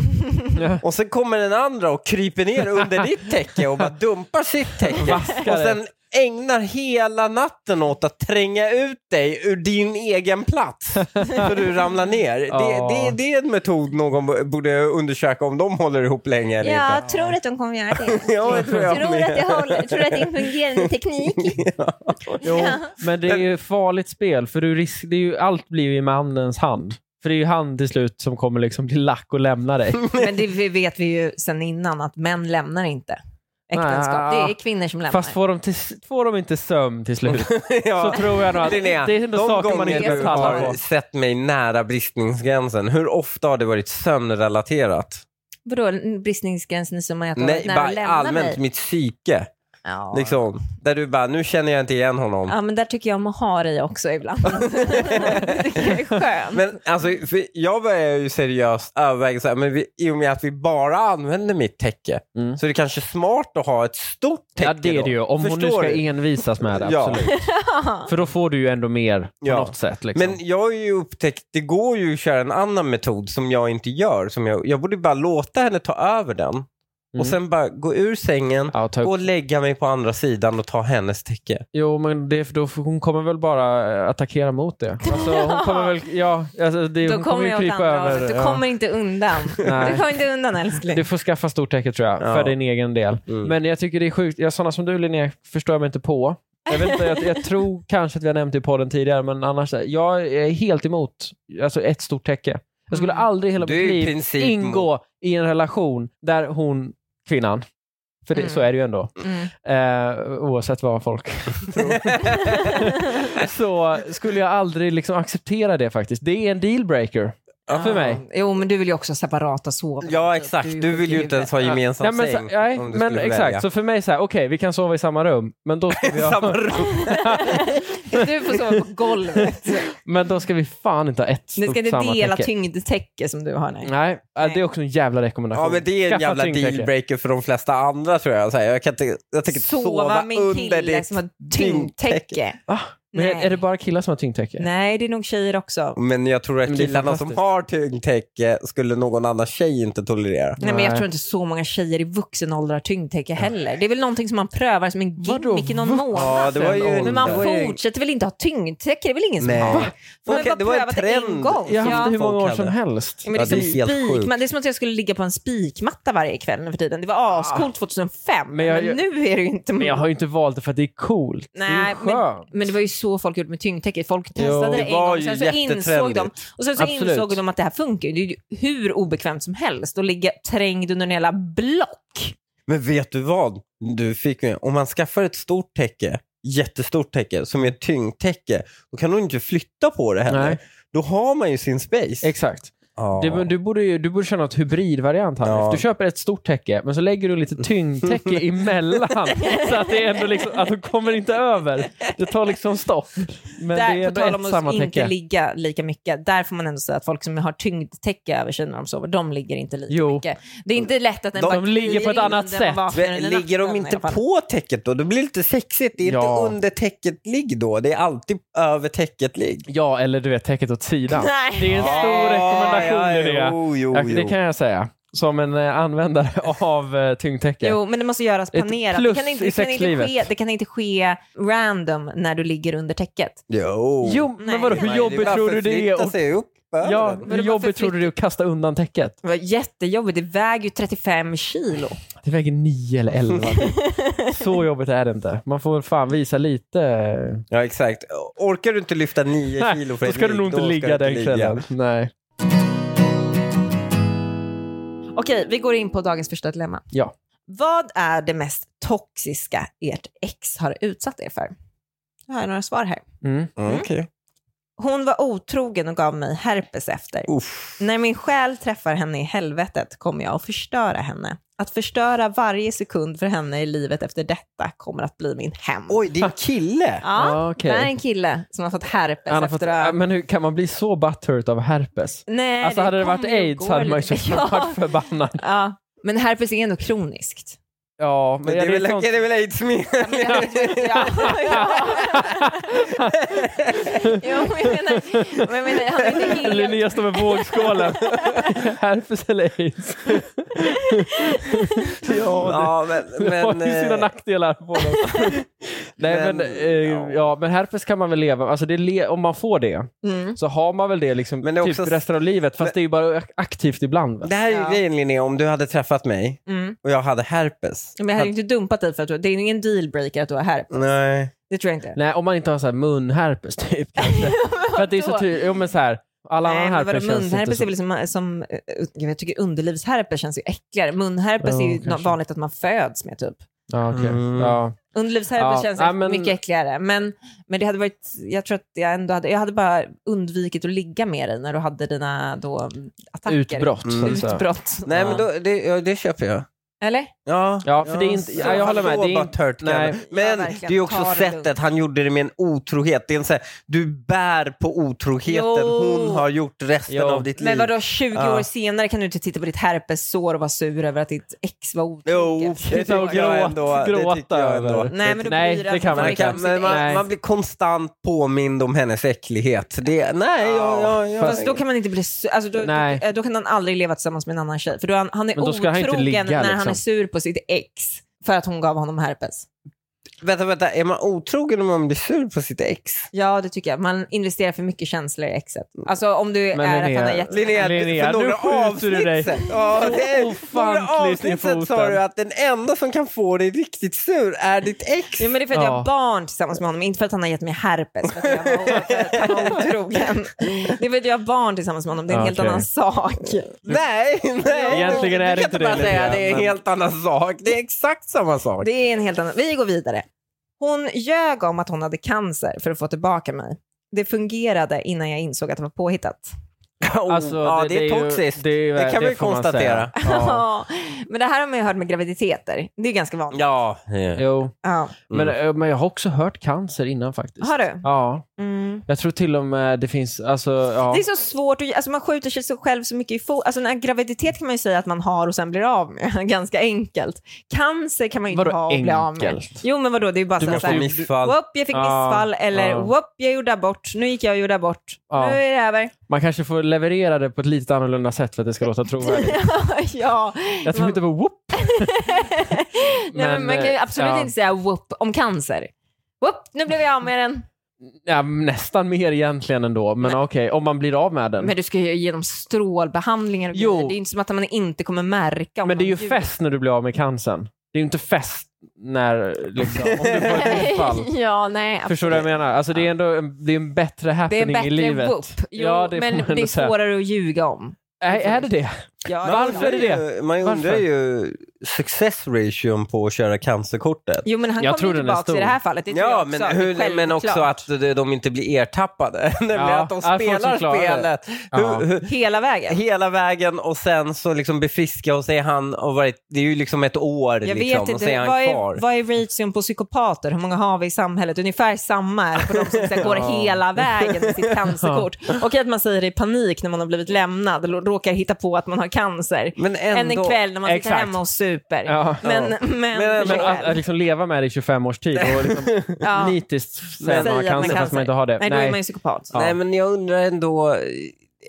Speaker 2: och sen kommer den andra och kryper ner under ditt täcke och bara dumpar sitt täcke.
Speaker 1: Vaskar
Speaker 2: Och
Speaker 1: det.
Speaker 2: sen ägnar hela natten åt att tränga ut dig ur din egen plats för du ramlar ner.
Speaker 1: Ja.
Speaker 2: Det, det, det är en metod någon borde undersöka om de håller ihop länge eller
Speaker 6: Jag tror att de kommer göra det.
Speaker 2: inte. Ja, det tror jag
Speaker 6: Tror att, det
Speaker 2: med.
Speaker 6: håller, tror att det är en fungerande teknik.
Speaker 1: Jo, men det är ju ett farligt spel för du risk, det är ju, allt blir ju i mannens hand. För det är ju han till slut som kommer liksom bli lack och lämna dig.
Speaker 3: Men det vet vi ju sedan innan att män lämnar inte. äktenskap.
Speaker 1: Ah.
Speaker 3: Det är kvinnor som lämnar.
Speaker 1: Fast får de, till, får de inte sömn till slut så
Speaker 2: ja.
Speaker 1: tror jag nog att det
Speaker 2: Linnea,
Speaker 1: är ändå
Speaker 2: de
Speaker 1: saker man
Speaker 2: gånger
Speaker 1: inte
Speaker 2: du
Speaker 1: pallar
Speaker 2: har
Speaker 1: på.
Speaker 2: sett mig nära bristningsgränsen, hur ofta har det varit sömnrelaterat?
Speaker 3: Vadå, bristningsgränsen är som att jag
Speaker 2: Nej,
Speaker 3: när de
Speaker 2: bara
Speaker 3: lämnar
Speaker 2: allmänt
Speaker 3: mig?
Speaker 2: mitt psyke.
Speaker 3: Ja.
Speaker 2: Liksom, där du bara, nu känner jag inte igen honom.
Speaker 3: ja, men där tycker jag om att ha dig också ibland. det är skönt.
Speaker 2: Men alltså, för jag börjar ju seriöst överväga, så här, men vi, i och med att vi bara använder mitt täcke,
Speaker 1: Mm.
Speaker 2: så är det kanske smart att ha ett stort täcke
Speaker 1: Ja, det är det ju. Om
Speaker 2: då.
Speaker 1: hon nu ska
Speaker 2: du?
Speaker 1: envisas med det,
Speaker 2: Ja.
Speaker 1: absolut. För då får du ju ändå mer på
Speaker 2: Ja.
Speaker 1: något sätt. Liksom.
Speaker 2: Men jag har ju upptäckt, det går ju att köra en annan metod som jag inte gör. Som jag, jag borde bara låta henne ta över den och sen bara gå ur sängen,
Speaker 1: Mm. ja, ta
Speaker 2: gå
Speaker 1: upp.
Speaker 2: och lägga mig på andra sidan och ta hennes täcke.
Speaker 1: Jo, men det, är för då, för hon kommer väl bara eh, attackera mot det. Alltså, hon kommer väl, ja, alltså, det,
Speaker 3: Då
Speaker 1: hon kommer
Speaker 3: kommer
Speaker 1: ju
Speaker 3: jag åt
Speaker 1: krypa
Speaker 3: andra
Speaker 1: över.
Speaker 3: hållet. Du
Speaker 1: ja.
Speaker 3: kommer inte undan.
Speaker 1: Nej.
Speaker 3: Du kommer inte undan älskling.
Speaker 1: Du får skaffa stort täcke tror jag,
Speaker 2: Ja.
Speaker 1: för din egen del.
Speaker 2: Mm.
Speaker 1: Men jag tycker det är sjukt, ja, sådana som du Linnea förstår jag mig inte på. Jag, vet inte, jag, jag tror kanske att vi har nämnt det i podden tidigare, men annars, jag är helt emot alltså ett stort täcke. Jag skulle aldrig i hela
Speaker 2: Mm. Du är i
Speaker 1: mitt liv
Speaker 2: princip
Speaker 1: ingå i en relation där hon, kvinnan, för det,
Speaker 3: Mm.
Speaker 1: så är det ju ändå,
Speaker 3: Mm.
Speaker 1: eh, oavsett vad folk tror, så skulle jag aldrig liksom acceptera det faktiskt. Det är en dealbreaker för mig.
Speaker 3: Ja. Jo, men du vill ju också ha separata sovrum.
Speaker 2: Ja, exakt. Du vill ju inte ens ha gemensam
Speaker 1: Nej, men,
Speaker 2: säng.
Speaker 1: så, nej,
Speaker 2: om du
Speaker 1: men
Speaker 2: skulle
Speaker 1: exakt.
Speaker 2: välja.
Speaker 1: Så för mig så här, okej, vi kan sova i samma rum, men då ska vi, ha,
Speaker 2: Samma rum.
Speaker 3: Du får sova på golvet.
Speaker 1: men då ska vi fan inte ha ett
Speaker 3: Ni
Speaker 1: stort
Speaker 3: ska inte dela
Speaker 1: sammantäcke.
Speaker 3: tyngdtäcke som du har. Nej.
Speaker 1: Nej, äh, det är också en jävla rekommendation.
Speaker 2: Ja, men det är en
Speaker 1: Skaffa
Speaker 2: jävla
Speaker 1: tyngdtäcke.
Speaker 2: dealbreaker för de flesta andra tror jag. Så här, jag, kan inte, jag tänker inte
Speaker 3: Sova,
Speaker 2: sova,
Speaker 3: med en
Speaker 2: under
Speaker 3: kille
Speaker 2: ditt...
Speaker 3: som har tyngdtäcke.
Speaker 1: Va? Ah, Men
Speaker 3: Nej.
Speaker 1: är det bara killar som har tyngdtäcke?
Speaker 3: Nej, det är nog tjejer också.
Speaker 2: Men jag tror
Speaker 1: Men
Speaker 2: att
Speaker 1: det är
Speaker 2: killarna som
Speaker 1: fantastiskt.
Speaker 2: har tyngdtäcke skulle någon annan tjej inte tolerera.
Speaker 3: Nej, men jag
Speaker 1: Nej.
Speaker 3: tror inte så många tjejer i vuxen ålder har tyngdtäcke heller. Det är väl någonting som man prövar som en
Speaker 1: Vadå
Speaker 3: gimmick i någon månad.
Speaker 2: Ja, det var ju
Speaker 1: Men
Speaker 2: en-
Speaker 3: Men
Speaker 2: det
Speaker 3: man
Speaker 2: var ju-
Speaker 3: fortsätter väl inte ha tyngdtäcke? Det är väl ingen
Speaker 2: Nej.
Speaker 3: som har?
Speaker 2: Va?
Speaker 3: Man har
Speaker 2: Okej,
Speaker 3: bara
Speaker 2: det var en
Speaker 3: prövat en
Speaker 2: trend.
Speaker 3: gång.
Speaker 1: Jag har haft det hur
Speaker 2: Folk
Speaker 1: många år
Speaker 2: hade.
Speaker 1: som helst.
Speaker 3: Ja, men
Speaker 2: Ja,
Speaker 3: det är
Speaker 2: det är
Speaker 3: som
Speaker 2: helt
Speaker 3: spik,
Speaker 2: sjukt.
Speaker 3: men det är som att jag skulle ligga på en spikmatta varje kväll nu för tiden. Det var ascoolt 2005, men,
Speaker 1: Ah. Men jag-
Speaker 3: nu är det ju inte...
Speaker 1: Men jag har ju inte valt det för att det är coolt. det är
Speaker 3: Nej,
Speaker 1: ju
Speaker 3: men,
Speaker 1: skönt.
Speaker 3: men det var ju så folk gjorde med tyngdtäcket. Folk testade
Speaker 1: Jo.
Speaker 3: det
Speaker 2: Det
Speaker 3: en
Speaker 2: var
Speaker 3: gång,
Speaker 2: ju
Speaker 3: sen så insåg de,
Speaker 2: jättetrendigt.
Speaker 3: och sen så
Speaker 1: Absolut.
Speaker 3: insåg de att det här funkar ju. Det är ju hur obekvämt som helst att ligga trängd under en jävla block.
Speaker 2: Men vet du vad? Du fick mig. Om man skaffar ett stort täcke, jättestort täcke, som är ett tyngdtäcke, då kan du inte flytta på det heller.
Speaker 1: Nej.
Speaker 2: Då har man ju sin space.
Speaker 1: Exakt.
Speaker 2: Ja.
Speaker 1: Du, men du, borde ju, du borde köra något hybridvariant här.
Speaker 2: Ja.
Speaker 1: Du köper ett stort täcke, men så lägger du lite tyngdtäcke emellan. så att det är ändå liksom, att de kommer inte över. Det tar liksom stopp. Men det är ändå
Speaker 3: Där, på tal om
Speaker 1: ett samma
Speaker 3: att inte
Speaker 1: täcke.
Speaker 3: ligga lika mycket, där får man ändå säga att folk som har tyngdtäcke över sig när de sover, de ligger inte lika
Speaker 1: Jo.
Speaker 3: mycket. Det är inte lätt att en
Speaker 2: De
Speaker 3: bakterie
Speaker 1: ligger på ett annat
Speaker 3: när man
Speaker 1: sätt.
Speaker 3: vaknar
Speaker 2: Men
Speaker 3: under
Speaker 2: Ligger de
Speaker 3: natten i
Speaker 2: inte
Speaker 3: alla fall.
Speaker 2: på täcket då? Det blir lite sexigt. Det är
Speaker 1: Ja.
Speaker 2: inte under täcket ligg då. Det är alltid över täcket ligg.
Speaker 1: Ja, eller du vet, täcket åt sidan.
Speaker 3: Nej.
Speaker 1: Det är en stor rekommendation i det.
Speaker 2: Jo, jo,
Speaker 1: Ja,
Speaker 2: jo.
Speaker 1: det kan jag säga. Som en eh, användare av eh, tyngdtäcke.
Speaker 3: Jo, men det måste göras
Speaker 1: Ett
Speaker 3: planerat. Det
Speaker 1: plus
Speaker 3: kan, inte,
Speaker 1: i
Speaker 3: det, kan inte
Speaker 1: sexlivet.
Speaker 3: ske, det kan inte ske random när du ligger under täcket.
Speaker 2: Jo.
Speaker 1: Jo,
Speaker 3: Nej.
Speaker 1: men vadå, hur
Speaker 2: Nej,
Speaker 1: jobbigt
Speaker 2: det är
Speaker 1: tror
Speaker 2: bara
Speaker 1: du det är?
Speaker 2: förflytta
Speaker 1: Och,
Speaker 2: sig upp över
Speaker 1: ja,
Speaker 2: den.
Speaker 1: hur jobbigt tror du det är att kasta undan täcket?
Speaker 3: Det var jättejobbigt. Det väger ju 35 kilo.
Speaker 1: Det väger 9 eller 11. Så jobbigt är det inte. Man får väl fan visa lite.
Speaker 2: Ja, exakt. Orkar du inte lyfta nio
Speaker 1: Nej,
Speaker 2: kilo
Speaker 1: då
Speaker 2: för ett
Speaker 1: ska du
Speaker 2: ligg,
Speaker 1: nog inte
Speaker 2: då ska
Speaker 1: ligga
Speaker 2: du
Speaker 1: den
Speaker 2: inte
Speaker 1: kvällen. Nej.
Speaker 3: Okej, vi går in på dagens första dilemma.
Speaker 1: Ja.
Speaker 3: Vad är det mest toxiska ert ex har utsatt er för? Jag har några svar här.
Speaker 1: Mm.
Speaker 2: Mm, Okej.
Speaker 3: Hon var otrogen och gav mig herpes efter.
Speaker 2: Uff.
Speaker 3: När min själ träffar henne i helvetet kommer jag att förstöra henne. Att förstöra varje sekund för henne i livet efter detta kommer att bli min hämnd.
Speaker 2: Oj, det är en kille.
Speaker 3: Ja,
Speaker 1: Ah, okej.
Speaker 3: det här är en kille som har fått herpes
Speaker 1: Han har
Speaker 3: efter
Speaker 1: fått,
Speaker 3: att ha-
Speaker 1: Ja, men hur kan man bli så butthurt av herpes?
Speaker 3: Nej,
Speaker 1: alltså hade det varit
Speaker 3: kommer ju
Speaker 1: aids
Speaker 3: gå
Speaker 1: hade man ju
Speaker 3: lite-
Speaker 1: så
Speaker 3: ja.
Speaker 1: varit förbannad.
Speaker 3: ja. Men herpes är ändå kroniskt.
Speaker 1: Ja, men,
Speaker 2: Men det är väl,
Speaker 1: sånt-
Speaker 2: det är väl aids med?
Speaker 3: ja. jo, men jag menar, men jag menar han är inte helt...
Speaker 1: Linnea står med vågskålen. herpes eller aids? ja,
Speaker 2: Ja, men...
Speaker 1: det det har
Speaker 2: men
Speaker 1: ju sina
Speaker 2: eh,
Speaker 1: nackdelar. På dem. Nej, men,
Speaker 2: Men,
Speaker 1: eh,
Speaker 2: ja.
Speaker 1: ja. men herpes kan man väl leva med. Alltså det är le- om man får det
Speaker 3: Mm.
Speaker 1: så har man väl det, liksom,
Speaker 2: Men det är
Speaker 1: typ
Speaker 2: också-
Speaker 1: resten av livet. Fast
Speaker 2: Men-
Speaker 1: det är ju bara ak- aktivt ibland. Väl?
Speaker 2: det här är
Speaker 3: Ja.
Speaker 2: ju grejen Linnea, om du hade träffat mig
Speaker 3: Mm.
Speaker 2: och jag hade herpes.
Speaker 3: Men jag hade ju inte dumpat dig för att du... Det är ju ingen dealbreaker att du är här.
Speaker 2: Nej.
Speaker 3: Det tror jag inte.
Speaker 1: Nej, om man inte har så här munherpes typ. kanske. För att det är så
Speaker 3: Vadå?
Speaker 1: tydligt. Jo men så här, alla
Speaker 3: Nej,
Speaker 1: andra
Speaker 3: men vadå,
Speaker 1: herpes känns inte
Speaker 3: munherpes
Speaker 1: så.
Speaker 3: är väl som, som eh, jag tycker underlivsherpes känns ju äckligare. Munherpes
Speaker 1: Ja,
Speaker 3: är ju
Speaker 1: kanske.
Speaker 3: nå- vanligt att man föds med typ.
Speaker 1: Ja, okej.
Speaker 2: Mm.
Speaker 1: Ja.
Speaker 3: Underlivsherpes
Speaker 1: Ja,
Speaker 3: känns
Speaker 1: ja, men-
Speaker 3: mycket äckligare. Men, men det hade varit, jag tror att jag ändå hade, jag hade bara undvikit att ligga med dig när du hade dina då, mm, attacker.
Speaker 1: Utbrott.
Speaker 2: Mm.
Speaker 1: Så att säga.
Speaker 3: Utbrott.
Speaker 2: Nej, men då, det, ja, det köper jag.
Speaker 3: Eller?
Speaker 2: Ja,
Speaker 1: Ja, för det är inte-
Speaker 2: så-
Speaker 1: ja, jag håller med.
Speaker 2: så
Speaker 1: Det är
Speaker 2: bara
Speaker 1: inte-
Speaker 2: tört kan
Speaker 1: nej.
Speaker 2: det.
Speaker 3: Ja,
Speaker 2: Men
Speaker 3: verkligen.
Speaker 2: det är ju också
Speaker 3: Ta det lugnt.
Speaker 2: sättet han gjorde det med en otrohet. Det är en så här, du bär på otroheten
Speaker 3: Jo.
Speaker 2: hon har gjort resten
Speaker 1: Jo.
Speaker 2: av ditt liv.
Speaker 3: Men vadå, 20
Speaker 2: Ja.
Speaker 3: år senare kan du inte titta på ditt herpessår och vara sur över att ditt ex var
Speaker 2: Jo,
Speaker 3: otroget?
Speaker 2: det tycker jag
Speaker 1: Gråt-
Speaker 2: ändå. Det
Speaker 1: gråta
Speaker 2: tycker jag
Speaker 1: över.
Speaker 2: ändå.
Speaker 3: Nej, men då
Speaker 1: Nej,
Speaker 3: blir
Speaker 1: det kan man
Speaker 3: att
Speaker 2: Man,
Speaker 3: man
Speaker 1: inte.
Speaker 2: kan, men
Speaker 1: Nej.
Speaker 2: man, man blir konstant påmind om hennes äcklighet. Det, nej, jag, jag, jag,
Speaker 3: Fast då kan man inte bli sur. Alltså då,
Speaker 1: Nej.
Speaker 3: då, då kan han aldrig leva tillsammans med en annan tjej. För då är han, han är
Speaker 1: Men då ska han inte
Speaker 3: otrogen
Speaker 1: ligga,
Speaker 3: när han
Speaker 1: liksom.
Speaker 3: är sur på sitt ex för att hon gav honom herpes.
Speaker 2: Vänta, vänta. Är man otrogen om man blir sur på sitt ex?
Speaker 3: Ja, det tycker jag. Man investerar för mycket känslor i exet. Alltså om du
Speaker 1: Mm. Men
Speaker 3: är att han
Speaker 1: Linnea-
Speaker 3: är jätte...
Speaker 2: Linnea,
Speaker 1: Linnea,
Speaker 2: för
Speaker 1: nu
Speaker 2: några
Speaker 1: skjuter du
Speaker 2: avsnitt
Speaker 1: dig.
Speaker 2: sen- Ja, det är- några
Speaker 1: Ofantligt i
Speaker 2: avsnitt sen sa
Speaker 1: foten.
Speaker 2: du att den enda som kan få dig riktigt sur är ditt ex.
Speaker 3: Jo, men det är för att jag
Speaker 1: Ja.
Speaker 3: har barn tillsammans med honom, inte för att han har gett mig herpes. För att jag var, för att han var otrogen. Det är för att jag har barn tillsammans med honom, det är en
Speaker 1: Ja,
Speaker 3: helt
Speaker 1: Ah, okej.
Speaker 3: annan sak.
Speaker 2: Nej, nej.
Speaker 1: Egentligen är det
Speaker 2: du kan
Speaker 1: inte det,
Speaker 2: bara säga
Speaker 1: Linnea,
Speaker 2: att det är en
Speaker 1: men-
Speaker 2: helt annan sak. Det är exakt samma sak.
Speaker 3: Det är en helt annan... Vi går vidare. Hon ljög om att hon hade cancer för att få tillbaka mig. Det fungerade innan jag insåg att det var påhittat.
Speaker 2: Oh,
Speaker 1: Alltså,
Speaker 2: ja, det, är
Speaker 1: ju-
Speaker 2: toxiskt.
Speaker 1: är ju-
Speaker 2: Det kan vi
Speaker 1: får man säga.
Speaker 2: konstatera.
Speaker 1: Ja.
Speaker 3: Men det här har man ju hört med graviditeter. Det är ganska vanligt.
Speaker 2: Ja.
Speaker 1: Jo,
Speaker 3: Ja.
Speaker 1: men, eh, men jag har också hört cancer innan faktiskt.
Speaker 3: Har du?
Speaker 1: Ja,
Speaker 3: Mm.
Speaker 1: jag tror till och med det finns, alltså ja.
Speaker 3: Det är så svårt, att, alltså man skjuter sig så själv så mycket i foten. Alltså en graviditet kan man ju säga att man har och sen blir av med, ganska enkelt. Cancer kan man ju inte
Speaker 1: Vadå
Speaker 3: ha och bli av med.
Speaker 1: enkelt?
Speaker 3: Jo men vadå, det är ju bara
Speaker 2: Du
Speaker 3: så här, så
Speaker 2: måste ha
Speaker 3: här,
Speaker 2: missfall.
Speaker 3: whoop jag fick
Speaker 1: Ah,
Speaker 3: missfall eller
Speaker 1: ah.
Speaker 3: whoop jag gjorde abort, nu gick jag och gjorde abort,
Speaker 1: Ja.
Speaker 3: nu är det över.
Speaker 1: Man kanske får leverera det på ett lite annorlunda sätt för att det ska låta trovärdigt.
Speaker 3: ja.
Speaker 1: Jag tror
Speaker 3: Man-
Speaker 1: inte på whoop.
Speaker 3: Nej, men, man kan ju
Speaker 1: eh,
Speaker 3: absolut
Speaker 1: ja.
Speaker 3: inte säga whoop om cancer. Whoop, nu blev jag av med den.
Speaker 1: Ja, nästan mer egentligen ändå, men okej, om man blir av med den.
Speaker 3: Men du ska ju ge dem strålbehandlingar och
Speaker 1: Jo.
Speaker 3: grejer. Det är ju inte som att man inte kommer märka. Om
Speaker 1: Men det är
Speaker 3: man
Speaker 1: ju
Speaker 3: ljuger.
Speaker 1: fest när du blir av med cancern. Det är ju inte fest när, liksom, om du får ett utfall.
Speaker 3: ja, nej.
Speaker 1: Förstår du vad jag menar? Alltså det är ändå en, det är en bättre
Speaker 3: Det är
Speaker 1: happening
Speaker 3: bättre
Speaker 1: i livet.
Speaker 3: whoop. Jo,
Speaker 1: Ja, det får man
Speaker 3: men det
Speaker 1: ändå
Speaker 3: är
Speaker 1: säga.
Speaker 3: svårare att ljuga om.
Speaker 1: Är, är det det?
Speaker 3: Ja,
Speaker 1: Varför
Speaker 3: det är det.
Speaker 1: är det?
Speaker 2: ju- man undrar
Speaker 1: Varför?
Speaker 2: ju success ration på att köra cancerkortet.
Speaker 3: Jo, men han
Speaker 1: Jag tror
Speaker 3: kommer ju
Speaker 1: den är
Speaker 3: tillbaka i det
Speaker 1: stor.
Speaker 3: här fallet. Det tror
Speaker 2: Ja,
Speaker 3: jag
Speaker 2: men,
Speaker 3: också. Det är
Speaker 2: hur, men också
Speaker 3: självklart.
Speaker 2: att de- de inte blir ertappade. Nämligen
Speaker 1: Ja,
Speaker 2: att de
Speaker 1: att folk som
Speaker 2: spelar
Speaker 1: klarar det.
Speaker 2: spelet
Speaker 1: Ja.
Speaker 2: hur, hur,
Speaker 3: Hela vägen.
Speaker 2: hela vägen och sen så liksom blir friska och så är han och varit, det är ju liksom ett år
Speaker 3: Jag
Speaker 2: liksom,
Speaker 3: vet
Speaker 2: och
Speaker 3: inte,
Speaker 2: så är han
Speaker 3: vad
Speaker 2: kvar.
Speaker 3: är, vad är ration på psykopater? Hur många har vi i samhället? Ungefär samma är det på de som så här, går hela vägen med sitt cancerkort. Okej att man säger det i panik när man har blivit lämnad eller råkar hitta på att man har cancer.
Speaker 2: Men
Speaker 3: Än
Speaker 2: ändå.
Speaker 3: en kväll när man sitter
Speaker 1: Exakt.
Speaker 3: hemma och super.
Speaker 1: Ja.
Speaker 3: Men,
Speaker 2: Ja.
Speaker 3: men,
Speaker 2: Men-
Speaker 1: Men
Speaker 3: försök
Speaker 1: att, att
Speaker 3: själv.
Speaker 1: liksom leva med det i 25 års tid och liksom
Speaker 3: Ja.
Speaker 1: nitiskt säga att man har
Speaker 3: Säga att
Speaker 1: cancer fast man inte har det.
Speaker 3: Nej, då är man ju psykopat.
Speaker 1: Ja.
Speaker 2: Nej men jag undrar ändå,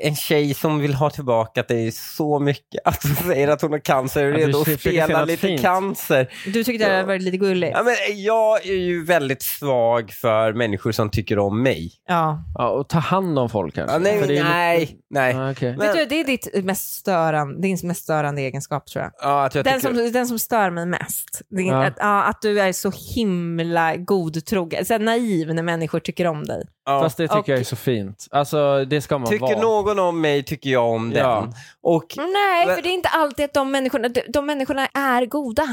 Speaker 2: en tjej som vill ha tillbaka dig så mycket, att hon säger att hon har cancer och är
Speaker 1: Ja, du
Speaker 2: redo att
Speaker 1: försöker se
Speaker 2: spela
Speaker 1: något
Speaker 2: lite
Speaker 1: fint.
Speaker 2: cancer.
Speaker 3: Du tyckte det hade varit lite gulligt.
Speaker 2: Ja, men jag är ju väldigt svag för människor som tycker om mig.
Speaker 3: Ja.
Speaker 1: ja, och ta hand om folk kanske.
Speaker 2: Ja, nej,
Speaker 1: För det är
Speaker 2: nej,
Speaker 1: lite-
Speaker 2: nej,
Speaker 1: Ah, okej.
Speaker 2: Men-
Speaker 3: Vet du, det är ditt mest störande, din mest störande egenskap tror jag.
Speaker 2: Ja, att jag
Speaker 3: Den
Speaker 2: tycker...
Speaker 3: som, den som stör mig mest, det är
Speaker 1: Ja.
Speaker 3: att, ja, att du är så himla godtrogen, så här naiv när människor tycker om dig.
Speaker 2: ja.
Speaker 1: Fast det tycker
Speaker 3: Och-
Speaker 1: jag är så fint. Alltså det ska man
Speaker 2: Tycker
Speaker 1: vara.
Speaker 2: någon om mig tycker jag om den.
Speaker 1: Ja.
Speaker 2: Och
Speaker 3: Nej,
Speaker 2: Men-
Speaker 3: för det är inte alltid att de människorna, de, de människorna är goda.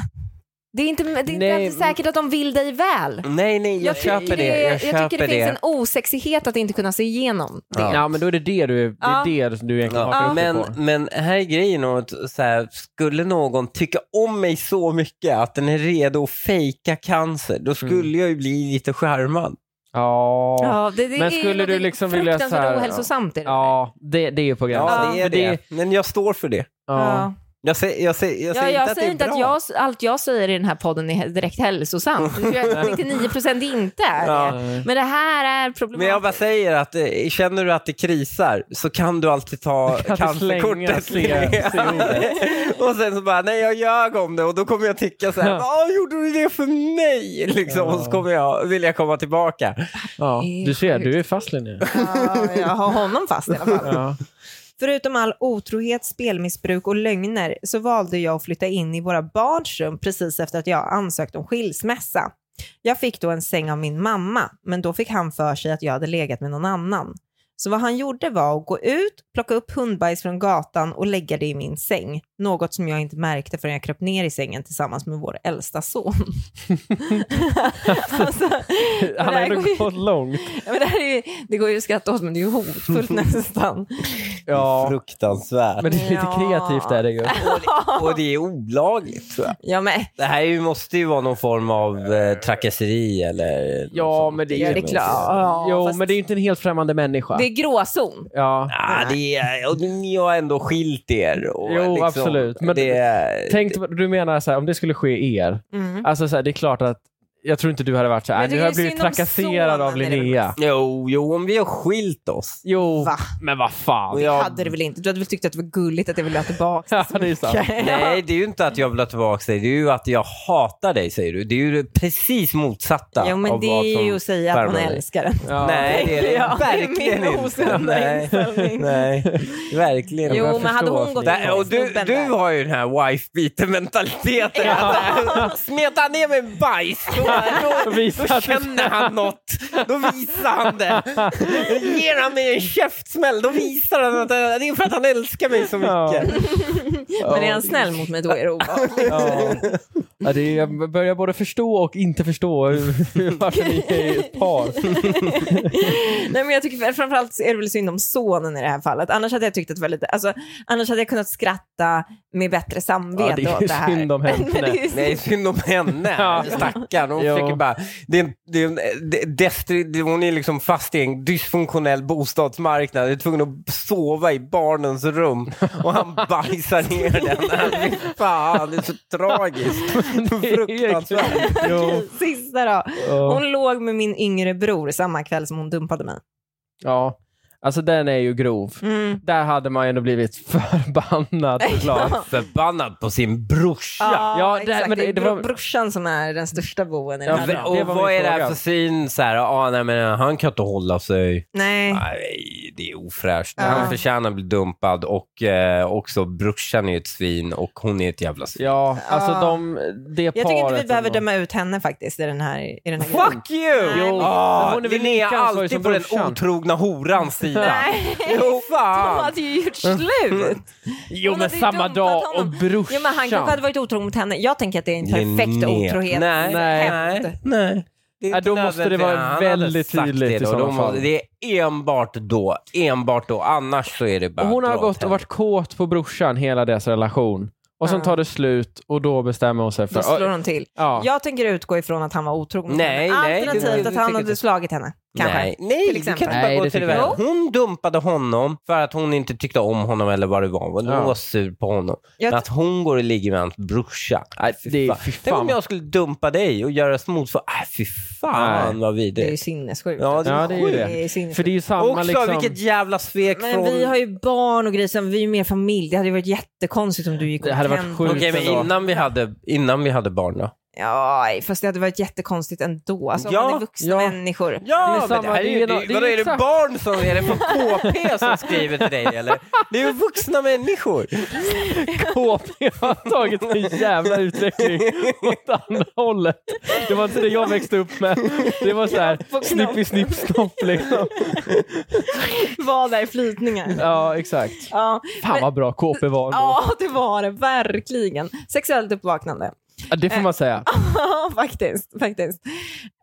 Speaker 3: Det är inte, det är inte
Speaker 1: Nej,
Speaker 3: alltid säkert att de vill dig väl.
Speaker 2: nej, nej, jag, köper
Speaker 3: tycker
Speaker 2: det. Jag,
Speaker 3: jag
Speaker 2: köper
Speaker 3: tycker det
Speaker 2: det.
Speaker 3: finns en osexighet att inte kunna se igenom.
Speaker 1: Ja.
Speaker 2: Ja.
Speaker 1: men då är det det du, det
Speaker 3: Ja.
Speaker 1: är det du egentligen
Speaker 2: Ja.
Speaker 1: hakar upp dig
Speaker 2: Men,
Speaker 1: på.
Speaker 2: men här är grejen att så här, skulle någon tycka om mig så mycket att den är redo att fejka cancer, då skulle jag ju bli lite skärmad.
Speaker 1: Ja.
Speaker 3: Ja, det, det
Speaker 1: Men
Speaker 3: är
Speaker 1: skulle
Speaker 3: något
Speaker 1: du liksom vilja
Speaker 3: fruktansvärt
Speaker 1: så här-
Speaker 3: ohälsosamt i det.
Speaker 1: Ja, det, det är ju på gränsen.
Speaker 2: Ja, det är
Speaker 1: För
Speaker 2: det. Men jag står för det.
Speaker 1: Ja.
Speaker 2: Jag säger, jag säger, jag
Speaker 3: Ja,
Speaker 2: säger
Speaker 3: jag
Speaker 2: inte att det
Speaker 3: säger
Speaker 2: är
Speaker 3: inte
Speaker 2: bra.
Speaker 3: att jag, allt jag säger i den här podden är direkt hälsosamt. 99 procent inte är det.
Speaker 2: Ja.
Speaker 1: Nej.
Speaker 3: Men det här är problematiskt.
Speaker 2: Men jag bara säger att eh, känner du att det krisar så kan du alltid ta
Speaker 1: Kan inte slänga
Speaker 2: cancerkortet.
Speaker 1: C- C-ordet.
Speaker 2: och sen så bara, nej jag ljög om det och då kommer jag tycka så här,
Speaker 1: Ja.
Speaker 2: vad gjorde du det för mig? Liksom.
Speaker 1: Ja.
Speaker 2: Och så kommer jag vilja komma tillbaka.
Speaker 1: Ja,
Speaker 3: Det är
Speaker 1: du ser,
Speaker 3: sjukt.
Speaker 1: du är fast Linnea.
Speaker 3: Ja, jag har honom fast i alla fall.
Speaker 1: Ja.
Speaker 3: Förutom all otrohet, spelmissbruk och lögner så valde jag att flytta in i våra barns rum precis efter att jag ansökt om skilsmässa. Jag fick då en säng av min mamma, men då fick han för sig att jag hade legat med någon annan. Så vad han gjorde var att gå ut, plocka upp hundbajs från gatan och lägga det i min säng. Något som jag inte märkte förrän jag kröp ner i sängen tillsammans med vår äldsta son. alltså, det
Speaker 1: Han har
Speaker 3: här
Speaker 1: ändå
Speaker 3: går ju-
Speaker 1: gått långt.
Speaker 3: Ja, men det, här är ju, det går ju att skratta åt, men det är ju hotfullt nästan.
Speaker 1: Ja,
Speaker 2: Fruktansvärt.
Speaker 1: men det är lite
Speaker 3: Ja.
Speaker 1: kreativt där det ju.
Speaker 2: Och det är olagligt tror jag.
Speaker 3: Ja, men
Speaker 2: Det här är ju, måste ju vara någon form av eh, trakasseri eller... något
Speaker 1: Ja,
Speaker 2: sånt.
Speaker 1: men det
Speaker 3: Ja,
Speaker 1: är
Speaker 3: det är klart.
Speaker 1: Jo,
Speaker 3: Fast-
Speaker 1: men det är ju inte en helt främmande människa.
Speaker 3: det är gråzon.
Speaker 1: Ja.
Speaker 2: Ja, det är, och ni har ändå skilt er. Och
Speaker 1: Jo,
Speaker 2: liksom,
Speaker 1: absolut. Men
Speaker 2: det, är-
Speaker 1: Tänk, vad- du menar så här, om det skulle ske er.
Speaker 3: Mm.
Speaker 1: Alltså så här, det är klart att jag tror inte du hade varit så här.
Speaker 3: Men jag
Speaker 1: Du har
Speaker 3: tycker det är
Speaker 1: blivit
Speaker 3: synd om
Speaker 1: trakasserad av
Speaker 3: sonen, är det väl
Speaker 1: Linnea.
Speaker 2: Jo, jo, om vi har skilt oss.
Speaker 1: Jo,
Speaker 3: Va?
Speaker 1: men vad fan.
Speaker 2: Och jag-
Speaker 3: Hade du väl inte? Du hade väl tyckt att det var gulligt att jag ville ha tillbaka
Speaker 1: Ja, det är sant.
Speaker 2: Nej, det är ju inte att jag vill ha tillbaka dig. Det är ju att jag hatar dig, säger du. Det är ju det precis motsatta.
Speaker 3: Jo, men
Speaker 2: av
Speaker 3: det
Speaker 2: vad
Speaker 3: är
Speaker 2: som
Speaker 3: ju att säga att
Speaker 2: skärmar
Speaker 3: man
Speaker 2: dig.
Speaker 3: älskar den.
Speaker 1: Ja.
Speaker 2: Nej, det är det
Speaker 3: Ja, det är
Speaker 2: verkligen
Speaker 3: min
Speaker 2: inte.
Speaker 3: osunda
Speaker 2: Nej,
Speaker 3: inställning.
Speaker 2: nej, verkligen
Speaker 3: Jo,
Speaker 2: inte.
Speaker 1: jag
Speaker 3: men hade
Speaker 1: förstår
Speaker 3: hon gått
Speaker 1: att
Speaker 2: Där, och du,
Speaker 3: snubben
Speaker 2: du
Speaker 3: där.
Speaker 2: har ju den här wife-beater-mentaliteten. Alltså, Smeta ner mig med bajs, då, då,
Speaker 1: Visa
Speaker 2: då
Speaker 1: att det-
Speaker 2: känner han något. Då visar han det. Då ger han mig en käftsmäll, då visar han att det det är för att han älskar mig så
Speaker 1: Ja.
Speaker 2: mycket.
Speaker 3: Men är han snäll mot mig då är det obehagligt.
Speaker 1: Ja. Ja, det är, jag börjar både förstå och inte förstå hur- varför ni är ett par.
Speaker 3: Nej, men jag tycker framförallt är det väl synd om sonen i det här fallet. Annars hade jag tyckt att det var lite, alltså, annars hade jag kunnat skratta med bättre samvete
Speaker 1: Ja, det är
Speaker 3: åt det här.
Speaker 1: synd om henne.
Speaker 3: Men det är ju synd.
Speaker 2: Nej, synd om henne,
Speaker 1: Ja.
Speaker 2: stackarn. Hon
Speaker 1: Jo.
Speaker 2: försöker bara... Det är, en- det är, en- det, destru- det, hon är liksom fast i en dysfunktionell bostadsmarknad. Hon är tvungen att sova i barnens rum och han bajsar ner den. Fy Fan, det är så tragiskt. Fruktansvärt.
Speaker 1: Jo,
Speaker 3: Sista då.
Speaker 1: ja.
Speaker 3: Hon låg med min yngre bror samma kväll som hon dumpade mig.
Speaker 1: ja, alltså den är ju grov.
Speaker 3: Mm.
Speaker 1: Där hade man ju ändå blivit förbannad såklart.
Speaker 2: Förbannad på sin brorsa.
Speaker 1: Ja, det-
Speaker 3: exakt.
Speaker 1: men
Speaker 3: det,
Speaker 1: det- det
Speaker 3: är
Speaker 1: var-
Speaker 3: bro- brorsan som är den största boven i
Speaker 1: Ja,
Speaker 3: den här
Speaker 1: det-
Speaker 3: dramat.
Speaker 2: och
Speaker 1: var min
Speaker 2: vad är det här
Speaker 1: fråga.
Speaker 2: för syn? Så här, ah, nej, men, han kan inte hålla sig.
Speaker 3: Nej.
Speaker 2: Nej, det är ofräscht.
Speaker 3: Ja.
Speaker 2: Han förtjänar att bli dumpad och eh, också brorsan är ett svin och hon är ett jävla svin.
Speaker 1: Ja, alltså
Speaker 3: Ja.
Speaker 1: de, det
Speaker 3: Ah. Jag tycker inte vi
Speaker 1: paret
Speaker 3: behöver
Speaker 1: ändå.
Speaker 3: döma ut henne faktiskt i den här, i den här gruppen.
Speaker 2: Fuck you!
Speaker 1: Jo, men
Speaker 2: Ah,
Speaker 1: hon är väl
Speaker 2: Linnea
Speaker 1: lika ansvarig
Speaker 2: alltid
Speaker 1: som
Speaker 2: på den
Speaker 1: brorsan.
Speaker 2: otrogna horans sida.
Speaker 3: Nej,
Speaker 2: Jo,
Speaker 3: hon
Speaker 2: fan!
Speaker 3: hade ju gjort slut.
Speaker 1: Jo,
Speaker 3: Hon
Speaker 1: men
Speaker 3: hade ju
Speaker 1: samma
Speaker 3: dumpat
Speaker 1: dag
Speaker 3: honom.
Speaker 1: och brorsan.
Speaker 3: Jo, men han kanske hade varit otrogen mot henne. Jag tänker att det är en perfekt
Speaker 2: Linnea.
Speaker 3: otrohet.
Speaker 2: Nej,
Speaker 1: Nej.
Speaker 2: nej, nej. Det är
Speaker 1: Ja,
Speaker 2: inte
Speaker 1: då måste det
Speaker 2: nödvändigt.
Speaker 1: vara
Speaker 2: Han hade
Speaker 1: väldigt
Speaker 2: sagt
Speaker 1: tydligt
Speaker 2: det
Speaker 1: i
Speaker 2: då.
Speaker 1: sådana
Speaker 2: De må-
Speaker 1: fall.
Speaker 2: Det är enbart då, enbart då. Annars så är det bara
Speaker 1: Och hon har
Speaker 2: dra åt
Speaker 1: gått och
Speaker 2: helvete.
Speaker 1: varit kåt på brorsan hela deras relation. Och sen
Speaker 3: Ja.
Speaker 1: tar det slut och då bestämmer hon sig för...
Speaker 3: Då slår hon till.
Speaker 1: ja.
Speaker 3: Jag tänker utgå ifrån att han var otrogen mot
Speaker 2: Nej,
Speaker 3: henne.
Speaker 2: nej,
Speaker 3: Alternativt
Speaker 2: det- det-
Speaker 3: att
Speaker 2: det
Speaker 3: han
Speaker 2: tycker
Speaker 3: hade
Speaker 2: jag inte.
Speaker 3: slagit henne. Kanske.
Speaker 2: Nej, nej
Speaker 3: Till
Speaker 2: du kan
Speaker 3: exempel.
Speaker 2: inte bara
Speaker 1: Nej,
Speaker 2: gå
Speaker 1: det
Speaker 2: till det
Speaker 1: tycker
Speaker 2: värsta.
Speaker 1: jag
Speaker 2: Hon dumpade honom för att hon inte tyckte om honom eller vad det var. Hon
Speaker 1: Ja.
Speaker 2: var sur på honom.
Speaker 3: Jag-
Speaker 2: Men att hon går och ligger med hans brorsa. Nej, fy
Speaker 1: Det är-
Speaker 2: fan.
Speaker 1: fy fan.
Speaker 2: Tänk om jag skulle dumpa dig och göra smått så. Nej, fy fan
Speaker 1: Nej.
Speaker 2: vad
Speaker 3: Det är ju
Speaker 2: vidrigt.
Speaker 3: sinnessjukt.
Speaker 2: Ja, det är,
Speaker 1: Ja, det är ju
Speaker 2: sjukt.
Speaker 1: det.
Speaker 3: är sinnessjukt.
Speaker 1: För det är ju samma
Speaker 2: Också,
Speaker 1: liksom...
Speaker 2: vilket jävla svek
Speaker 3: Men
Speaker 2: från...
Speaker 3: vi har ju barn och grejer, så vi är ju mer familj. Det hade ju varit jättekonstigt om du gick
Speaker 1: Det hade varit
Speaker 3: hem.
Speaker 1: sjukt.
Speaker 2: Okej,
Speaker 1: ändå.
Speaker 2: men innan vi, hade, innan vi hade barn då?
Speaker 3: Ja, fast det hade varit jättekonstigt ändå. Alltså
Speaker 2: Ja,
Speaker 3: om man är vuxna
Speaker 1: ja.
Speaker 3: människor.
Speaker 1: Det är
Speaker 2: Ja, men
Speaker 1: samma-
Speaker 2: det här är ju...
Speaker 1: det är-
Speaker 2: det-
Speaker 1: det är
Speaker 2: Vadå, är det
Speaker 1: exakt-
Speaker 2: barn som... Är det från KP som skriver till dig eller? Det är ju vuxna människor.
Speaker 1: KP har tagit en jävla utveckling åt andra hållet. Det var inte det jag växte upp med. Det var så här snippi snipp snopp liksom.
Speaker 3: Vad där i flytningar.
Speaker 1: Ja, exakt.
Speaker 3: Ja.
Speaker 1: Fan vad bra KP var ändå.
Speaker 3: ja, det var det verkligen. Sexuellt uppvaknande.
Speaker 1: Ja, det får man säga.
Speaker 3: Ja, faktiskt. faktiskt.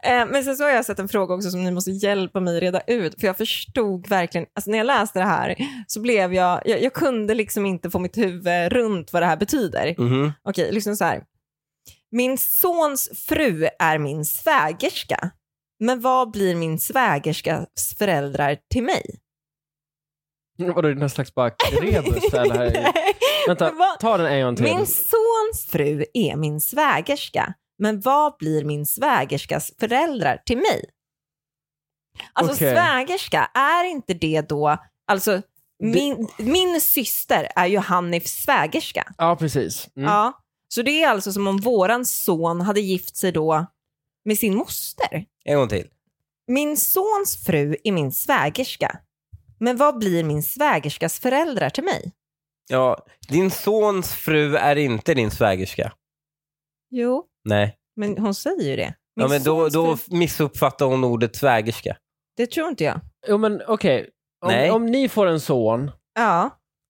Speaker 3: Eh, men sen så har jag sett en fråga också som ni måste hjälpa mig reda ut, för jag förstod verkligen, alltså när jag läste det här så blev jag, jag, jag kunde liksom inte få mitt huvud runt vad det här betyder.
Speaker 2: Mhm.
Speaker 3: Okej, lyssna så här. Min sons fru är min svägerska, men vad blir min svägerskas föräldrar till mig?
Speaker 1: Vadå, är det någon slags bara rebus? Eller? här? Vänta,
Speaker 3: Men vad-
Speaker 1: ta den en gång till.
Speaker 3: Min sons fru är min svägerska, men vad blir min svägerskas föräldrar till mig? Alltså
Speaker 1: Okej.
Speaker 3: svägerska, är inte det då, alltså min, min syster är ju Hanifs svägerska.
Speaker 1: Ja, precis. Mm.
Speaker 3: Ja. Så det är alltså som om våran son hade gift sig då med sin moster.
Speaker 2: En gång till.
Speaker 3: Min sons fru är min svägerska, men vad blir min svägerskas föräldrar till mig?
Speaker 2: Ja, din sons fru är inte din svägerska.
Speaker 3: Jo,
Speaker 2: Nej.
Speaker 3: men hon säger ju det. Min
Speaker 2: Ja, men då,
Speaker 3: sons
Speaker 2: då
Speaker 3: fru-
Speaker 2: missuppfattar hon ordet svägerska.
Speaker 3: Det tror inte jag.
Speaker 1: Jo, men okej.
Speaker 2: Nej.
Speaker 1: Om, om ni får en son
Speaker 3: Ja.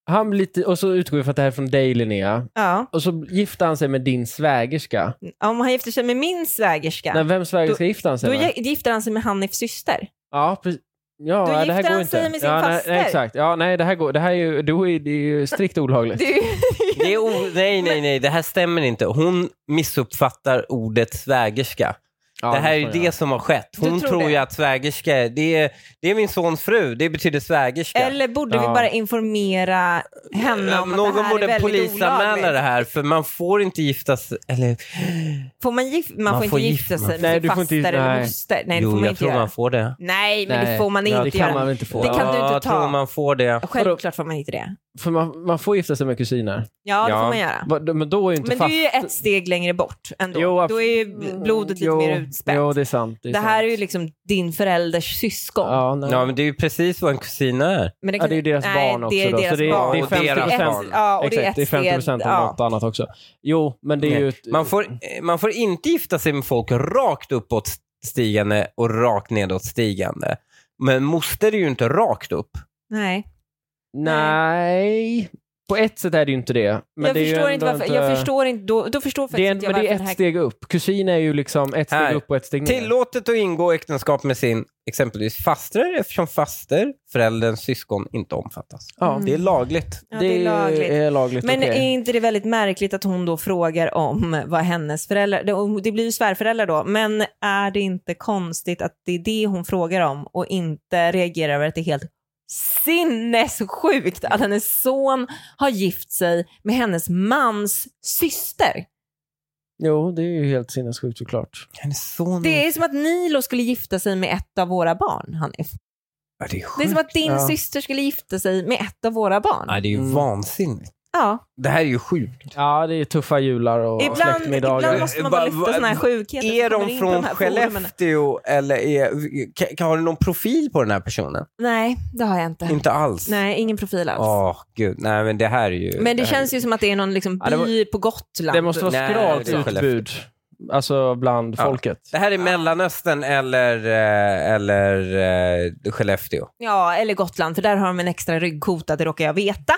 Speaker 1: han blir lite, och så utgår vi från att det här är från dig Linnea.
Speaker 3: Ja.
Speaker 1: Och så gifter han sig med din svägerska.
Speaker 3: Om han gifter sig med min svägerska,
Speaker 1: Nej, vem svägerska gifter han sig
Speaker 3: då
Speaker 1: med?
Speaker 3: gi- gifter han sig med Hanifs syster.
Speaker 1: Ja, precis. Ja,
Speaker 3: Då
Speaker 1: nej, det här
Speaker 3: gifter
Speaker 1: går
Speaker 3: han
Speaker 1: inte.
Speaker 3: sig med sin
Speaker 1: ja, nej,
Speaker 3: faster.
Speaker 1: nej, exakt. Ja, nej, det här går. Det här är ju, då är det är ju strikt olagligt.
Speaker 3: Du,
Speaker 2: Det är o- nej, nej, nej, det här stämmer inte. Hon missuppfattar ordet svägerska.
Speaker 1: Ja,
Speaker 2: det här är
Speaker 1: får
Speaker 2: det
Speaker 1: jag.
Speaker 2: som har skett.
Speaker 3: Du
Speaker 2: Hon
Speaker 3: tror
Speaker 2: tror ju
Speaker 3: det?
Speaker 2: att svägerska, är- det är, det är min sons fru, det betyder svägerska.
Speaker 3: eller borde vi
Speaker 1: Ja.
Speaker 3: bara informera henne
Speaker 2: Ja,
Speaker 3: om att det
Speaker 2: Någon
Speaker 3: här är
Speaker 2: borde
Speaker 3: väldigt
Speaker 2: polisanmäla
Speaker 3: olagligt?
Speaker 2: det här för man får inte giftas, eller
Speaker 3: Får man, gif- man, får inte gifta sig med
Speaker 1: Nej,
Speaker 3: sin
Speaker 1: du får
Speaker 3: faster
Speaker 1: inte gif-
Speaker 3: eller
Speaker 1: nej.
Speaker 3: moster. Nej, det
Speaker 2: jo
Speaker 3: får man
Speaker 2: jag
Speaker 3: inte
Speaker 2: tror
Speaker 3: göra.
Speaker 2: man får det.
Speaker 3: Nej, men det
Speaker 1: Nej.
Speaker 3: får man
Speaker 1: Ja,
Speaker 3: inte
Speaker 1: det kan
Speaker 3: göra.
Speaker 1: man väl inte få?
Speaker 3: Det kan du inte
Speaker 2: jag
Speaker 3: ta.
Speaker 2: tror man får det.
Speaker 3: Självklart får man inte det.
Speaker 1: För man, man får gifta sig med kusiner.
Speaker 3: Ja, det
Speaker 2: Ja.
Speaker 3: får man göra.
Speaker 1: Va- Men då är ju inte
Speaker 3: Men du är ju ett steg längre bort ändå.
Speaker 1: Jo, abs-
Speaker 3: Då är ju blodet lite
Speaker 1: jo,
Speaker 3: mer utspätt.
Speaker 1: Jo, det är sant. Det, är
Speaker 3: det här är
Speaker 1: sant.
Speaker 3: ju liksom din förälders syskon.
Speaker 1: Ja, nej.
Speaker 2: Ja men det är ju precis vad en kusin är.
Speaker 3: Men
Speaker 1: Ja, det är ju deras
Speaker 3: nej,
Speaker 1: barn också
Speaker 3: Det är
Speaker 1: då, så
Speaker 3: deras
Speaker 1: det är-
Speaker 3: barn.
Speaker 1: det är
Speaker 2: Och deras
Speaker 1: 50%.
Speaker 2: barn.
Speaker 3: Ja, och
Speaker 1: Exakt, det är 50 procent av
Speaker 3: ja.
Speaker 1: något annat också. Jo, men det är ju... Ett,
Speaker 2: Man får, eh, man får inte gifta sig med folk rakt uppåt stigande och rakt nedåt stigande. Men moster är ju inte rakt upp.
Speaker 3: Nej.
Speaker 1: Nej, på ett sätt är det ju inte det. Men
Speaker 3: jag,
Speaker 1: det är ju
Speaker 3: förstår inte
Speaker 1: ändå
Speaker 3: varför, jag förstår inte, då, då förstår
Speaker 1: det är,
Speaker 3: faktiskt
Speaker 1: en,
Speaker 3: inte
Speaker 1: men
Speaker 3: jag
Speaker 1: det
Speaker 3: varför
Speaker 1: är
Speaker 3: den
Speaker 1: ett
Speaker 3: här...
Speaker 1: steg upp. Kusin är ju liksom ett steg
Speaker 2: Här.
Speaker 1: upp och ett steg ner.
Speaker 2: Tillåtet att ingå äktenskap med sin exempelvis faster eftersom faster, förälderns syskon, inte omfattas.
Speaker 1: Ja.
Speaker 2: Det är lagligt.
Speaker 3: Mm. Ja, det är lagligt.
Speaker 1: är lagligt,
Speaker 3: Men
Speaker 1: okej.
Speaker 3: är inte det väldigt märkligt att hon då frågar om vad hennes föräldrar, det- det blir ju svärföräldrar då, men är det inte konstigt att det är det hon frågar om och inte reagerar över att det är helt sinnessjukt att hennes son har gift sig med hennes mans syster.
Speaker 1: Jo, det är ju helt sinnessjukt såklart.
Speaker 2: Hennes son...
Speaker 3: Det
Speaker 1: Mm.
Speaker 3: är som att Nilo skulle gifta sig med ett av våra barn, Hanif.
Speaker 2: Ja, det är sjukt.
Speaker 3: Det är som att din
Speaker 1: Ja.
Speaker 3: syster skulle gifta sig med ett av våra barn.
Speaker 2: Nej, det är ju
Speaker 1: Mm.
Speaker 2: vansinnigt.
Speaker 3: Ja.
Speaker 2: Det här är ju sjukt.
Speaker 1: Ja, det är tuffa jular och
Speaker 3: Ibland,
Speaker 1: släktmiddagar.
Speaker 3: ibland måste man bara
Speaker 2: Va- va-
Speaker 3: lyfta sådana här sjukheter. som
Speaker 2: Är
Speaker 3: kommer in
Speaker 2: de
Speaker 3: på
Speaker 2: från
Speaker 3: de här forumen.
Speaker 2: Skellefteå eller är, ka- ka- har du någon profil på den här personen?
Speaker 3: Nej, det har jag inte.
Speaker 2: Inte alls.
Speaker 3: Nej, ingen profil alls.
Speaker 2: Åh, gud. Nej, men det här är ju...
Speaker 3: Men det
Speaker 2: här är
Speaker 3: känns ju som att det är någon liksom
Speaker 1: Ja, det var-
Speaker 3: by på Gotland.
Speaker 1: Det måste vara
Speaker 2: Nej,
Speaker 1: skralt
Speaker 2: det är Skellefteå.
Speaker 1: utbud. Alltså bland
Speaker 2: Ja.
Speaker 1: folket.
Speaker 2: Det här är Mellanöstern eller, eh, eller eh, Skellefteå.
Speaker 3: Ja, eller Gotland, för där har de en extra ryggkota, det råkar jag veta.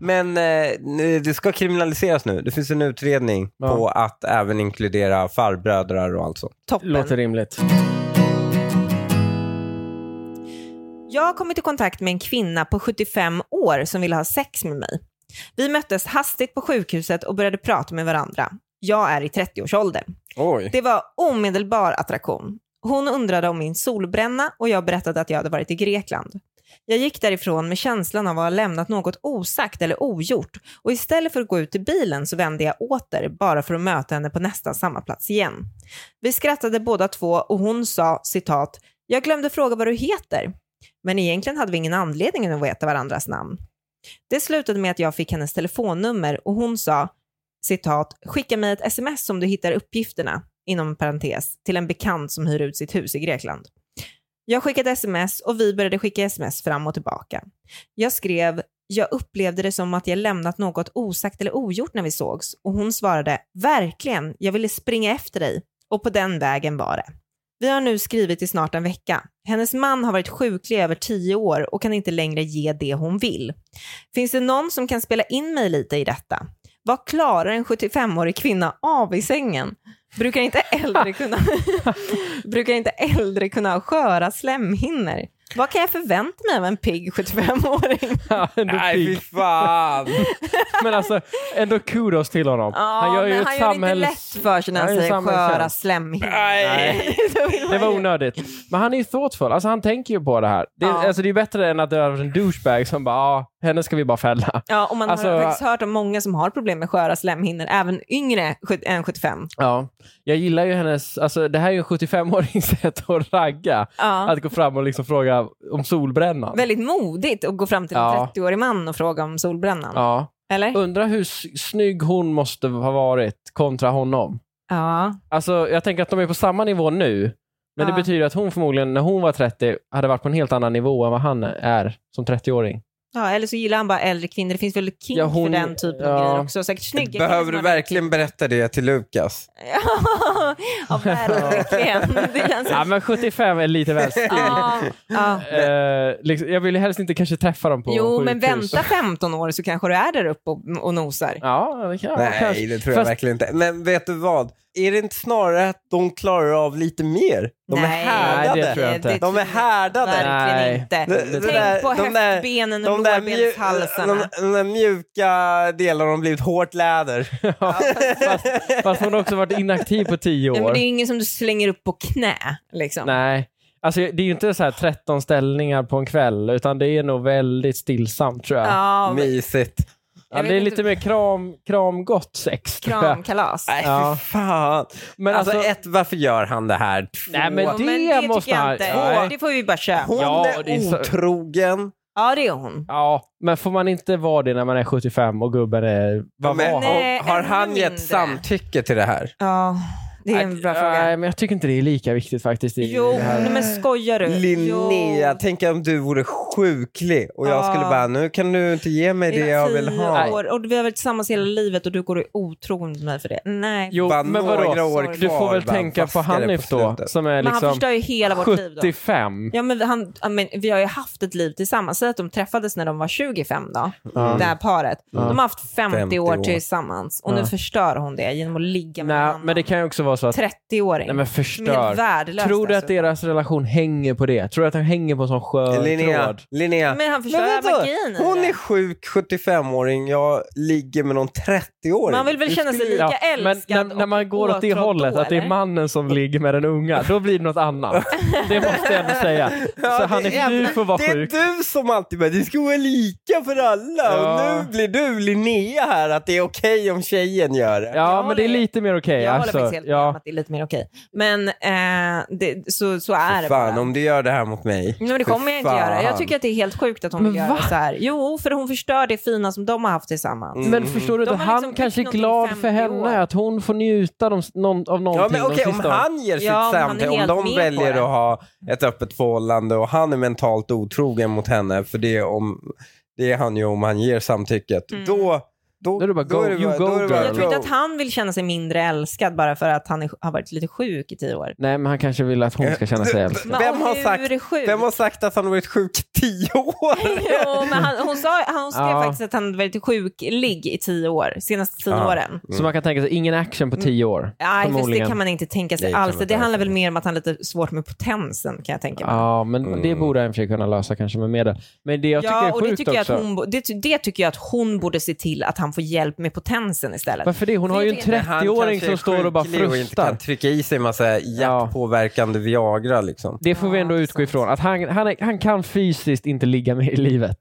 Speaker 2: Men eh, nu- det ska kriminaliseras nu. Det finns en utredning
Speaker 1: Ja.
Speaker 2: på att även inkludera farbrödrar och allt sånt.
Speaker 3: Toppen.
Speaker 1: Låter rimligt.
Speaker 3: Jag har kommit i kontakt med en kvinna på 75 år som ville ha sex med mig. Vi möttes hastigt på sjukhuset och började prata med varandra. Jag är i 30-årsåldern.
Speaker 2: Oj.
Speaker 3: Det var omedelbar attraktion. Hon undrade om min solbränna och jag berättade att jag hade varit i Grekland. Jag gick därifrån med känslan av att ha lämnat något osagt eller ogjort och istället för att gå ut till bilen så vände jag åter bara för att möta henne på nästan samma plats igen. Vi skrattade båda två och hon sa citat “Jag glömde fråga vad du heter” men egentligen hade vi ingen anledning att veta varandras namn. Det slutade med att jag fick hennes telefonnummer och hon sa citat, skicka mig ett sms om du hittar uppgifterna, inom parentes, till en bekant som hyr ut sitt hus i Grekland. Jag skickade sms och vi började skicka sms fram och tillbaka. Jag skrev, jag upplevde det som att jag lämnat något osagt eller ogjort när vi sågs och hon svarade, verkligen, jag ville springa efter dig och på den vägen var det. Vi har nu skrivit i snart en vecka. Hennes man har varit sjuklig i över tio år och kan inte längre ge det hon vill. Finns det någon som kan spela in mig lite i detta? Vad klarar en 75-årig kvinna av i sängen? Brukar inte äldre kunna, brukar inte äldre kunna ha sköra slemhinnor? Vad kan jag förvänta mig av en pigg 75-åring?
Speaker 1: Ja, ändå
Speaker 2: Nej, fy
Speaker 1: pigg.
Speaker 2: fan.
Speaker 1: Men alltså, ändå kudos till honom. han gör ju
Speaker 3: men
Speaker 1: ett
Speaker 3: han gör det
Speaker 1: samhälls...
Speaker 3: inte lätt för sig när han
Speaker 1: Han gör
Speaker 3: säger
Speaker 1: samhälls-
Speaker 3: sköra slemhinnor.
Speaker 2: Nej.
Speaker 3: Då vill man
Speaker 1: Det var
Speaker 3: ju-
Speaker 1: onödigt. Men han är ju thoughtful. Alltså, han tänker ju på det här. Det,
Speaker 3: Ja.
Speaker 1: alltså, det är ju bättre än att det är en douchebag som bara, ja, henne ska vi bara fälla.
Speaker 3: Ja, och man har
Speaker 1: Alltså-
Speaker 3: faktiskt hört om många som har problem med sköra slemhinnor, även yngre sjut- än 75.
Speaker 1: Ja. Jag gillar ju hennes, alltså det här är ju en 75-årings sätt att ragga.
Speaker 3: Ja.
Speaker 1: Att gå fram och liksom fråga om solbrännan.
Speaker 3: Väldigt modigt att gå fram till en
Speaker 1: Ja.
Speaker 3: 30-årig man och fråga om solbrännan.
Speaker 1: Ja.
Speaker 3: Eller?
Speaker 1: Undrar hur s- snygg hon måste ha varit kontra honom.
Speaker 3: Ja.
Speaker 1: Alltså, jag tänker att de är på samma nivå nu. Men
Speaker 3: Ja.
Speaker 1: det betyder att hon förmodligen, när hon var 30, hade varit på en helt annan nivå än vad han är som 30-åring.
Speaker 3: Ja, eller så gillar han bara äldre kvinnor. Det finns väl kink
Speaker 1: Ja, hon-
Speaker 3: för den typen
Speaker 1: ja.
Speaker 3: av grejer också. Säkert snygga killar
Speaker 2: Behöver
Speaker 3: som
Speaker 2: du
Speaker 3: har den
Speaker 2: verkligen berätta det till Lukas?
Speaker 3: Ja, ja verkligen. Det känns...
Speaker 1: Ja, men 75 är lite väl stilt.
Speaker 3: Ja, ja.
Speaker 1: Eh, liksom, jag vill ju helst inte kanske träffa dem på
Speaker 3: Jo, men
Speaker 1: sjukhus.
Speaker 3: vänta 15 år så kanske du är där uppe och, och nosar.
Speaker 1: Ja, det kan jag
Speaker 2: Nej,
Speaker 1: kanske.
Speaker 2: det tror jag
Speaker 1: Fast-
Speaker 2: verkligen inte. Men vet du vad? Är det inte snarare att de klarar av lite mer? De
Speaker 3: Nej,
Speaker 2: är härdade.
Speaker 1: det tror jag inte.
Speaker 2: De är härdade.
Speaker 3: Verkligen
Speaker 1: Nej.
Speaker 3: inte.
Speaker 2: Det- det
Speaker 3: Tänk
Speaker 2: där-
Speaker 3: på
Speaker 2: de där-
Speaker 3: höftbenen och
Speaker 2: De där, mju-
Speaker 3: lårbenshalsarna.
Speaker 2: de, de där mjuka delarna har blivit hårt läder.
Speaker 1: Ja, fast, fast hon har också varit inaktiv på 10
Speaker 3: Nej, men
Speaker 1: år.
Speaker 3: det är ju ingen som du slänger upp på knä. Liksom.
Speaker 1: Nej. Alltså, det är ju inte så här 13 ställningar på en kväll, utan det är nog väldigt stillsamt tror jag. Ja.
Speaker 3: Ja, men-
Speaker 2: Mysigt.
Speaker 3: jag
Speaker 1: det
Speaker 3: vet
Speaker 1: är
Speaker 3: inte-
Speaker 1: lite mer kram, kramgott sex. tror jag.
Speaker 3: Kramkalas.
Speaker 2: Nej,
Speaker 1: Ja.
Speaker 2: fy fan.
Speaker 1: Men
Speaker 2: alltså,
Speaker 1: alltså,
Speaker 2: ett, varför gör han det här? Två,
Speaker 1: Nej, men
Speaker 3: Ja,
Speaker 1: det
Speaker 3: tycker
Speaker 1: måste
Speaker 3: jag
Speaker 1: han-
Speaker 3: inte.
Speaker 1: Nej.
Speaker 3: Det får vi bara köpa.
Speaker 2: hon
Speaker 1: Ja,
Speaker 2: är,
Speaker 1: det är så-
Speaker 2: otrogen.
Speaker 3: Ja, det är hon.
Speaker 1: ja, men får man inte vara det när man är 75 och gubben är... Vad
Speaker 2: Men
Speaker 1: var han?
Speaker 3: Nej,
Speaker 2: har
Speaker 3: ännu
Speaker 2: han gett
Speaker 3: mindre.
Speaker 2: samtycke till det här?
Speaker 3: Ja, det är en
Speaker 1: Nej,
Speaker 3: bra fråga.
Speaker 1: Nej, men jag tycker inte det är lika viktigt faktiskt. I
Speaker 3: Jo,
Speaker 1: det här.
Speaker 3: men skojar du?
Speaker 2: Linnea,
Speaker 3: Jo.
Speaker 2: tänk om du vore sjuklig och jag
Speaker 3: Ja.
Speaker 2: skulle bara, nu kan du inte ge mig det jag vill
Speaker 3: tio
Speaker 2: ha.
Speaker 3: År, och vi har varit tillsammans hela livet och du går och är otrogen mot mig för det. Nej.
Speaker 1: Jo,
Speaker 2: Bara
Speaker 1: men
Speaker 2: några
Speaker 1: vadå?
Speaker 2: år
Speaker 1: Du
Speaker 2: kvar,
Speaker 1: får väl
Speaker 2: bara
Speaker 1: tänka på
Speaker 2: vaska det på
Speaker 1: Hanif då,
Speaker 2: slutet.
Speaker 1: som är
Speaker 3: men han
Speaker 1: liksom
Speaker 3: förstör ju hela vårt liv då.
Speaker 1: 75.
Speaker 3: Ja, men han, ja, men vi har ju haft ett liv tillsammans. Säg att de träffades när de var 25 då, det här paret. De har haft 50,
Speaker 2: 50
Speaker 3: år
Speaker 2: år.
Speaker 3: tillsammans och nu förstör hon det genom att ligga med en
Speaker 1: Nej,
Speaker 3: annan
Speaker 1: men det kan ju också vara så att...
Speaker 3: 30-åring.
Speaker 1: Nej, men
Speaker 3: Helt
Speaker 1: förstör.
Speaker 3: värdelöst
Speaker 1: Tror du att
Speaker 3: dessutom.
Speaker 1: deras relation hänger på det? Tror du att den hänger på en sån skör
Speaker 2: Linnea,
Speaker 1: tråd?
Speaker 2: Linnea.
Speaker 3: Men han förstör
Speaker 2: vänta,
Speaker 3: magin i
Speaker 2: hon
Speaker 3: det.
Speaker 2: är sjuk 75-åring, jag ligger med någon 30-åring.
Speaker 3: Man vill väl känna sig lika
Speaker 1: men
Speaker 3: älskad
Speaker 1: när, när man
Speaker 3: och
Speaker 1: går åt det
Speaker 3: åtrådd då,
Speaker 1: hållet, att det är
Speaker 3: eller?
Speaker 1: mannen som ligger med den unga, då blir det något annat. Det måste jag ändå säga.
Speaker 2: Ja,
Speaker 1: Så
Speaker 2: det
Speaker 1: han
Speaker 2: är-
Speaker 1: är, du får vara
Speaker 2: det är
Speaker 1: sjuk.
Speaker 2: du som alltid bara, det ska vara lika för alla.
Speaker 1: Ja.
Speaker 2: Och nu blir du Linnea här, att det är okej om tjejen gör det.
Speaker 1: Ja,
Speaker 3: Jag
Speaker 1: men det är
Speaker 3: håller-
Speaker 1: lite mer okej.
Speaker 3: Jag håller
Speaker 1: alltså.
Speaker 3: faktiskt helt med om
Speaker 1: ja.
Speaker 3: att det är lite mer okej. Men eh, det, så, så är det
Speaker 2: Fan,
Speaker 3: bara.
Speaker 2: om du gör det här mot mig.
Speaker 3: Nej, men det
Speaker 2: Fy
Speaker 3: kommer jag inte
Speaker 2: fan.
Speaker 3: göra. Jag tycker att det är helt sjukt att hon
Speaker 1: Men
Speaker 3: vill
Speaker 1: va?
Speaker 3: göra så här. Jo, för hon förstör det fina som de har haft tillsammans.
Speaker 2: Mm.
Speaker 1: Men förstår du,
Speaker 3: De
Speaker 1: inte,
Speaker 3: har
Speaker 1: han
Speaker 3: liksom
Speaker 1: kanske är
Speaker 3: byggt
Speaker 1: glad
Speaker 3: någonting i
Speaker 1: för
Speaker 3: 50 år.
Speaker 1: henne, att hon får njuta de, någon, av någonting
Speaker 2: Ja, men
Speaker 1: de
Speaker 2: okej, om
Speaker 1: sista åren.
Speaker 2: han ger sitt
Speaker 3: Ja, om han är
Speaker 2: samtycke, om
Speaker 3: helt
Speaker 2: de
Speaker 3: med
Speaker 2: väljer
Speaker 3: på det.
Speaker 2: att ha ett öppet förhållande och han är mentalt otrogen mot henne, för det är, om, det är han ju om han ger samtycket, då, då,
Speaker 1: Då är det bara go,
Speaker 2: är
Speaker 1: you go,
Speaker 2: då är det bara
Speaker 1: girl.
Speaker 3: Mm. Jag tror inte
Speaker 2: go.
Speaker 3: att han vill känna sig mindre älskad bara för att han är, har varit lite sjuk i tio år.
Speaker 1: Nej, men han kanske vill att hon ska känna sig älskad.
Speaker 3: Men
Speaker 2: Vem
Speaker 3: och
Speaker 2: har
Speaker 3: hur
Speaker 2: sagt-
Speaker 3: sjuk?
Speaker 2: Vem har sagt att han har varit sjuk i tio år?
Speaker 3: Jo, men han, hon, sa, han skrev
Speaker 1: Ja.
Speaker 3: faktiskt att han hade varit sjuklig i tio år, senaste tio
Speaker 2: Ja.
Speaker 3: åren.
Speaker 1: Så man kan tänka sig, ingen action på tio år.
Speaker 2: Mm.
Speaker 3: Nej, fast det
Speaker 1: förmodligen.
Speaker 3: kan man inte tänka sig
Speaker 2: Det kan
Speaker 3: alls.
Speaker 2: man inte
Speaker 3: Det handlar väl mer om att han har lite svårt med potensen, kan jag tänka mig.
Speaker 1: Ja, men
Speaker 2: Mm.
Speaker 1: det borde han i och för sig kunna lösa kanske med medel. Men det jag tycker
Speaker 3: ja,
Speaker 1: är
Speaker 3: och det
Speaker 1: sjukt
Speaker 3: tycker, jag
Speaker 1: också.
Speaker 3: att hon, bo- det, ty- det tycker jag att hon borde se till att han får hjälp med potensen istället.
Speaker 1: Varför det? Hon har ju en
Speaker 3: Det är
Speaker 2: Men han
Speaker 1: 30-åring
Speaker 2: kanske är
Speaker 1: som står och bara
Speaker 2: sjuklig och inte
Speaker 1: frustar.
Speaker 2: kan trycka i sig en massa jaktpåverkande Viagra liksom.
Speaker 1: Det får vi
Speaker 3: Ja,
Speaker 1: ändå
Speaker 3: det är
Speaker 1: utgå
Speaker 3: sant.
Speaker 1: ifrån. Att han, han, är- han kan fysiskt inte ligga med i livet.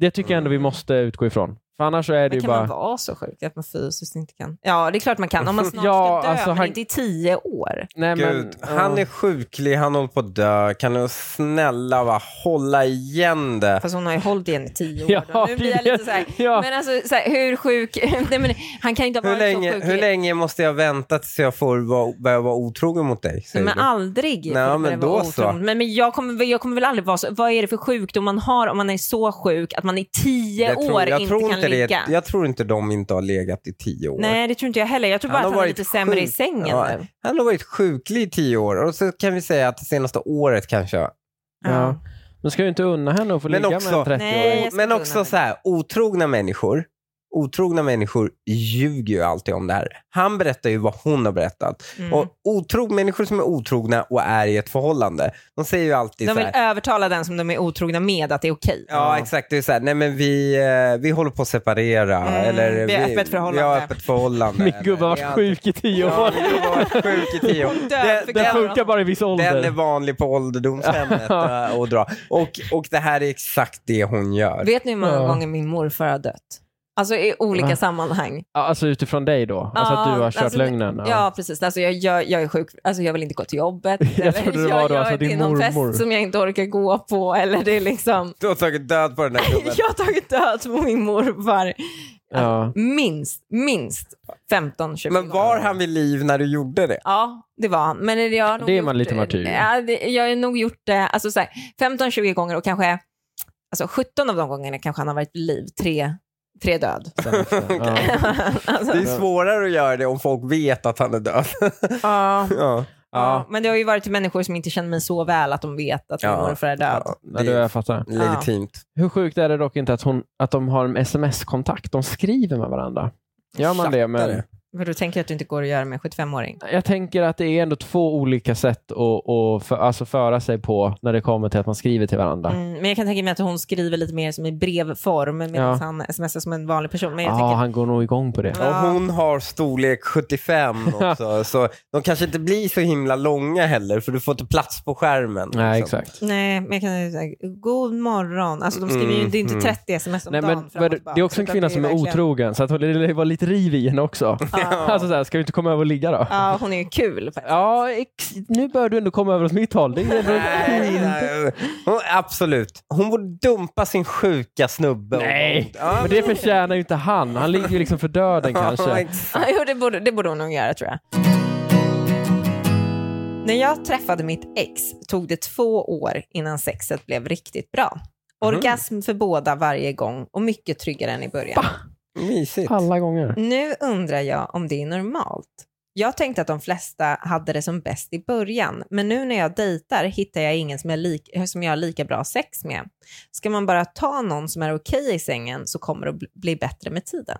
Speaker 1: Det tycker jag ändå
Speaker 2: Mm.
Speaker 1: vi måste utgå ifrån. För annars så är det
Speaker 3: Men
Speaker 1: ju
Speaker 3: kan
Speaker 1: bara...
Speaker 3: man vara så sjuk att man fysiskt inte kan? Ja, det är klart man kan. Om man snart
Speaker 1: Ja,
Speaker 3: ska dö,
Speaker 1: alltså
Speaker 3: men
Speaker 1: han-
Speaker 3: inte i tio år.
Speaker 1: Nej,
Speaker 2: Gud,
Speaker 1: men,
Speaker 2: han
Speaker 1: ja.
Speaker 2: är sjuklig, han håller på att dö. Kan du snälla va, hålla igen det?
Speaker 3: Fast hon har ju hållit igen i tio år.
Speaker 1: Ja,
Speaker 3: då. nu blir jag lite så här,
Speaker 1: ja.
Speaker 3: Men alltså, så här, hur sjuk... Nej, men han kan inte ha
Speaker 2: Hur
Speaker 3: varit
Speaker 2: länge,
Speaker 3: så sjuk.
Speaker 2: hur
Speaker 3: i-
Speaker 2: länge måste jag vänta tills jag får vara, börja vara otrogen mot dig? Säger
Speaker 3: Men
Speaker 2: du.
Speaker 3: aldrig.
Speaker 2: Nej,
Speaker 3: kommer det
Speaker 2: men
Speaker 3: vara
Speaker 2: då så.
Speaker 3: otroligt. Men, men jag, kommer, väl- jag kommer väl aldrig vara så. Vad är det för sjukdom man har om man är så sjuk att man i tio
Speaker 2: jag
Speaker 3: år
Speaker 2: jag
Speaker 3: inte
Speaker 2: tror
Speaker 3: kan ligga?
Speaker 2: det, Jag tror inte de inte har legat i tio år.
Speaker 3: Nej, det tror inte jag heller. Jag tror bara att han är lite sämre i
Speaker 2: sjuk.
Speaker 3: sängen
Speaker 2: Ja,
Speaker 3: nu.
Speaker 2: han har varit sjuklig i tio år och så kan vi säga att det senaste året kanske.
Speaker 1: Ja. Men ska ju inte unna henne att få
Speaker 2: Men
Speaker 1: ligga
Speaker 2: också-
Speaker 1: med en 30-åring.
Speaker 3: Nej, jag ska
Speaker 2: Men
Speaker 3: inte
Speaker 2: också
Speaker 3: unna
Speaker 2: så här, otrogna människor, otrogna människor ljuger ju alltid om det här. Han berättar ju vad hon har berättat.
Speaker 3: Mm.
Speaker 2: Och otrog, människor som är otrogna och är i ett förhållande, de säger ju alltid
Speaker 3: De
Speaker 2: så
Speaker 3: vill
Speaker 2: här.
Speaker 3: övertala den som de är otrogna med att det är okej.
Speaker 2: Ja, exakt. Det är så här, nej men vi, eh, vi håller på att separera.
Speaker 3: Mm,
Speaker 2: eller
Speaker 3: vi har öppet förhållande.
Speaker 2: Vi har öppet förhållande.
Speaker 1: Min gubbe har
Speaker 2: Eller,
Speaker 1: varit sjuk i tio
Speaker 2: Ja,
Speaker 1: år.
Speaker 2: min gubbe har varit sjuk i tio år.
Speaker 3: död
Speaker 2: Den-
Speaker 3: för
Speaker 1: Den
Speaker 2: den-
Speaker 1: funkar bara i viss
Speaker 2: Den är
Speaker 1: ålder.
Speaker 2: vanlig på ålderdomshemmet eh, och dra. Och, och det här är exakt det hon gör.
Speaker 3: Vet ni hur många
Speaker 1: Ja.
Speaker 3: gånger min morfar har dött? Alltså i olika
Speaker 1: Va?
Speaker 3: sammanhang.
Speaker 1: Ja, Alltså utifrån dig då? Alltså att du har kört
Speaker 3: alltså,
Speaker 1: lögnen?
Speaker 3: Ja, precis. Alltså, jag, jag, jag är sjuk. Alltså, jag vill inte gå till jobbet.
Speaker 1: Jag
Speaker 3: eller
Speaker 1: trodde det var då,
Speaker 3: gör
Speaker 1: alltså,
Speaker 3: det
Speaker 1: din
Speaker 3: i någon
Speaker 1: mormor.
Speaker 3: fest som jag inte orkar gå på. Eller det är liksom...
Speaker 2: Du har tagit död på den här gubben.
Speaker 3: Jag har tagit död på min morfar
Speaker 1: Ja.
Speaker 3: minst, minst 15-20
Speaker 2: Men
Speaker 3: gånger.
Speaker 2: var han vid liv när du gjorde det?
Speaker 3: Ja, det var han. Men jag har nog
Speaker 1: Det är man
Speaker 3: gjort,
Speaker 1: lite martyr.
Speaker 3: Ja, det, jag har nog gjort det alltså, så här, 15-20 gånger och kanske alltså 17 av de gångerna kanske han har varit vid liv, tre, tre död.
Speaker 1: Sen efter. Ja.
Speaker 3: alltså,
Speaker 2: Det är svårare att göra det om folk vet att han är död.
Speaker 3: ja,
Speaker 2: ja.
Speaker 3: ja.
Speaker 1: Ja.
Speaker 3: Men det har ju varit till människor som inte känner mig så väl att de vet att min
Speaker 2: Ja.
Speaker 3: morfar är död.
Speaker 2: Ja,
Speaker 1: Ja,
Speaker 2: det
Speaker 1: du,
Speaker 2: är
Speaker 1: jag fattar.
Speaker 2: legitimt.
Speaker 1: Hur sjukt är det dock inte att, hon, att de har en sms-kontakt? De skriver med varandra. Gör man det
Speaker 2: Fattar
Speaker 1: med...
Speaker 2: det.
Speaker 3: För du tänker jag att det inte går att göra med en 75-åring?
Speaker 1: Jag tänker att det är ändå två olika sätt att, att för, alltså föra sig på när det kommer till att man skriver till varandra.
Speaker 3: Mm, men jag kan tänka mig att hon skriver lite mer som i brevform medan
Speaker 1: Ja.
Speaker 3: han smsar som en vanlig person. Men jag
Speaker 1: Ja,
Speaker 3: tänker,
Speaker 1: Ah, han går nog igång på det.
Speaker 3: Ja.
Speaker 2: Och hon har storlek 75 också, så de kanske inte blir så himla långa heller, för du får inte plats på skärmen.
Speaker 1: Nej,
Speaker 2: liksom.
Speaker 1: exakt.
Speaker 3: Nej, men jag kan ju säga god morgon. Alltså de skriver ju
Speaker 2: Mm,
Speaker 3: det är inte
Speaker 2: mm.
Speaker 3: 30 sms om
Speaker 1: Nej,
Speaker 3: dagen.
Speaker 1: men,
Speaker 3: fram och
Speaker 1: vad- det
Speaker 3: tillbaka,
Speaker 1: är också en
Speaker 3: utan
Speaker 1: kvinna
Speaker 3: det
Speaker 1: som är
Speaker 3: verkligen-
Speaker 1: otrogen, så att hon, det var lite riv i henne också. Alltså så här, ska vi inte komma över och ligga då?
Speaker 3: Ja, hon är ju kul.
Speaker 1: Ja, ex- nu bör du ändå komma över åt mitt håll. Det är
Speaker 2: Nej, nej. Hon, absolut. Hon borde dumpa sin sjuka snubbe. och-
Speaker 1: Nej,
Speaker 2: Ja,
Speaker 1: men det förtjänar ju inte han. Han ligger ju liksom för döden
Speaker 2: ja,
Speaker 1: kanske.
Speaker 2: exakt.
Speaker 3: Ja, jo, det borde, det borde hon nog göra tror jag. När jag träffade mitt ex tog det två år innan sexet blev riktigt bra. Orgasm för båda varje gång och mycket tryggare än i början.
Speaker 2: Mysigt.
Speaker 1: Alla gånger.
Speaker 3: Nu undrar jag om det är normalt. Jag tänkte att de flesta hade det som bäst i början, men nu när jag dejtar hittar jag ingen som jag, lik, som jag har lika bra sex med. Ska man bara ta någon som är okej i sängen så kommer det att bli- bli bättre med tiden.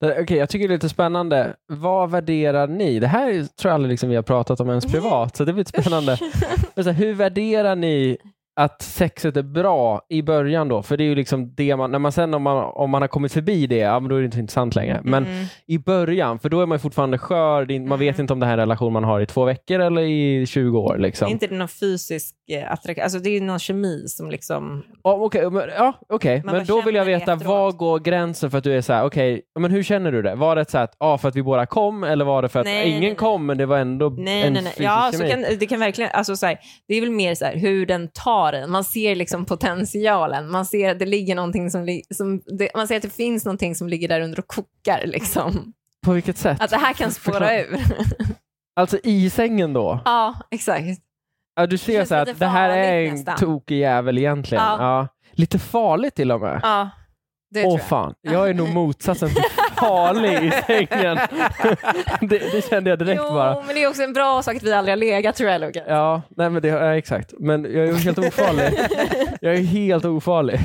Speaker 1: Det- Okej, jag tycker det är lite spännande. Vad värderar ni? Det här är- tror jag aldrig liksom vi har pratat om ens privat, så det blir lite spännande. Men så här, hur värderar ni att sexet är bra i början då? För det är ju liksom det man, när man sen om man, om man har kommit förbi det, ja men då är det inte så intressant längre. Men
Speaker 3: Mm.
Speaker 1: i början, för då är man ju fortfarande skör, det är in- man vet inte om det här är en relation man har i två veckor eller i 20 år.
Speaker 3: Är
Speaker 1: Liksom.
Speaker 3: inte det någon fysisk eh, attraktion? Alltså det är ju någon kemi som liksom...
Speaker 1: Ja, Okej, men, ja, okej.
Speaker 3: Man bara
Speaker 1: men då vill jag
Speaker 3: känner det
Speaker 1: veta,
Speaker 3: efteråt.
Speaker 1: var går gränsen för att du är så här, okej, ja, men hur känner du det? Var det så här att, ja, för att vi båda kom eller var det för att
Speaker 3: Nej,
Speaker 1: ingen
Speaker 3: nej, nej.
Speaker 1: kom men det var ändå
Speaker 3: Nej,
Speaker 1: en
Speaker 3: nej, nej.
Speaker 1: fysisk
Speaker 3: Ja, så
Speaker 1: kemi?
Speaker 3: kan, det kan verkligen... Alltså så här, det är väl mer så här, hur den tar en. Man ser liksom potentialen. Man ser att det ligger någonting som... li- som det, man ser att det finns någonting som ligger där under och kokar liksom.
Speaker 1: På vilket sätt?
Speaker 3: Att det här kan spåra
Speaker 1: Förklara.
Speaker 3: ur.
Speaker 1: Alltså i sängen då?
Speaker 3: Ja, exakt.
Speaker 1: Ja, du ser
Speaker 3: Känns
Speaker 1: så här,
Speaker 3: lite
Speaker 1: att det här är
Speaker 3: farligt
Speaker 1: en
Speaker 3: nästan.
Speaker 1: tokig jävel egentligen.
Speaker 3: Ja.
Speaker 1: Ja. Lite farligt till och med.
Speaker 3: Ja, det
Speaker 1: Åh
Speaker 3: tror jag.
Speaker 1: fan, jag är nog motsatsen till farlig i sängen. det, det kände jag direkt
Speaker 3: jo,
Speaker 1: bara.
Speaker 3: men det är också en bra sak att vi aldrig har legat tror jag, Lukas. Ja.
Speaker 1: Ja, nej men det, ja, exakt. Men jag är ju helt ofarlig. jag är helt ofarlig.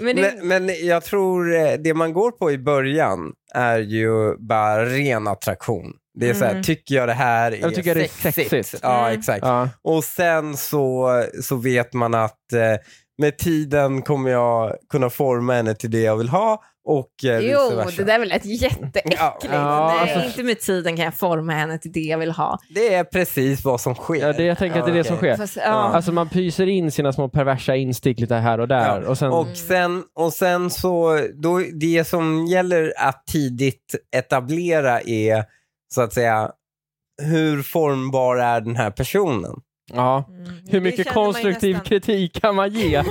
Speaker 3: Men det,
Speaker 2: Men, men jag tror eh, det man går på i början är ju bara ren attraktion. Det är så här,
Speaker 3: Mm.
Speaker 2: tycker jag det här är
Speaker 1: Jag tycker det är
Speaker 2: sexigt?
Speaker 1: sexigt.
Speaker 2: Ja,
Speaker 3: Mm.
Speaker 2: exakt.
Speaker 1: Ja.
Speaker 2: Och sen så, så vet man att eh, med tiden kommer jag kunna forma henne till det jag vill ha och eh, vice
Speaker 3: jo,
Speaker 2: versa.
Speaker 3: det där lät jätteäckligt.
Speaker 2: Ja,
Speaker 1: Ja,
Speaker 3: Nej,
Speaker 1: alltså-
Speaker 3: inte med tiden kan jag forma henne till det jag vill ha.
Speaker 2: det är precis vad som sker.
Speaker 1: Ja, det, jag tänker att det är det som
Speaker 2: okej.
Speaker 1: sker.
Speaker 3: Fast, ja. Mm.
Speaker 1: Alltså man pyser in sina små perversa instick lite här och där.
Speaker 2: Ja,
Speaker 1: Och sen,
Speaker 2: Och sen, och sen så, då, det som gäller att tidigt etablera är så att säga hur formbar är den här personen?
Speaker 1: ja. Hur mycket konstruktiv kritik kan man ge?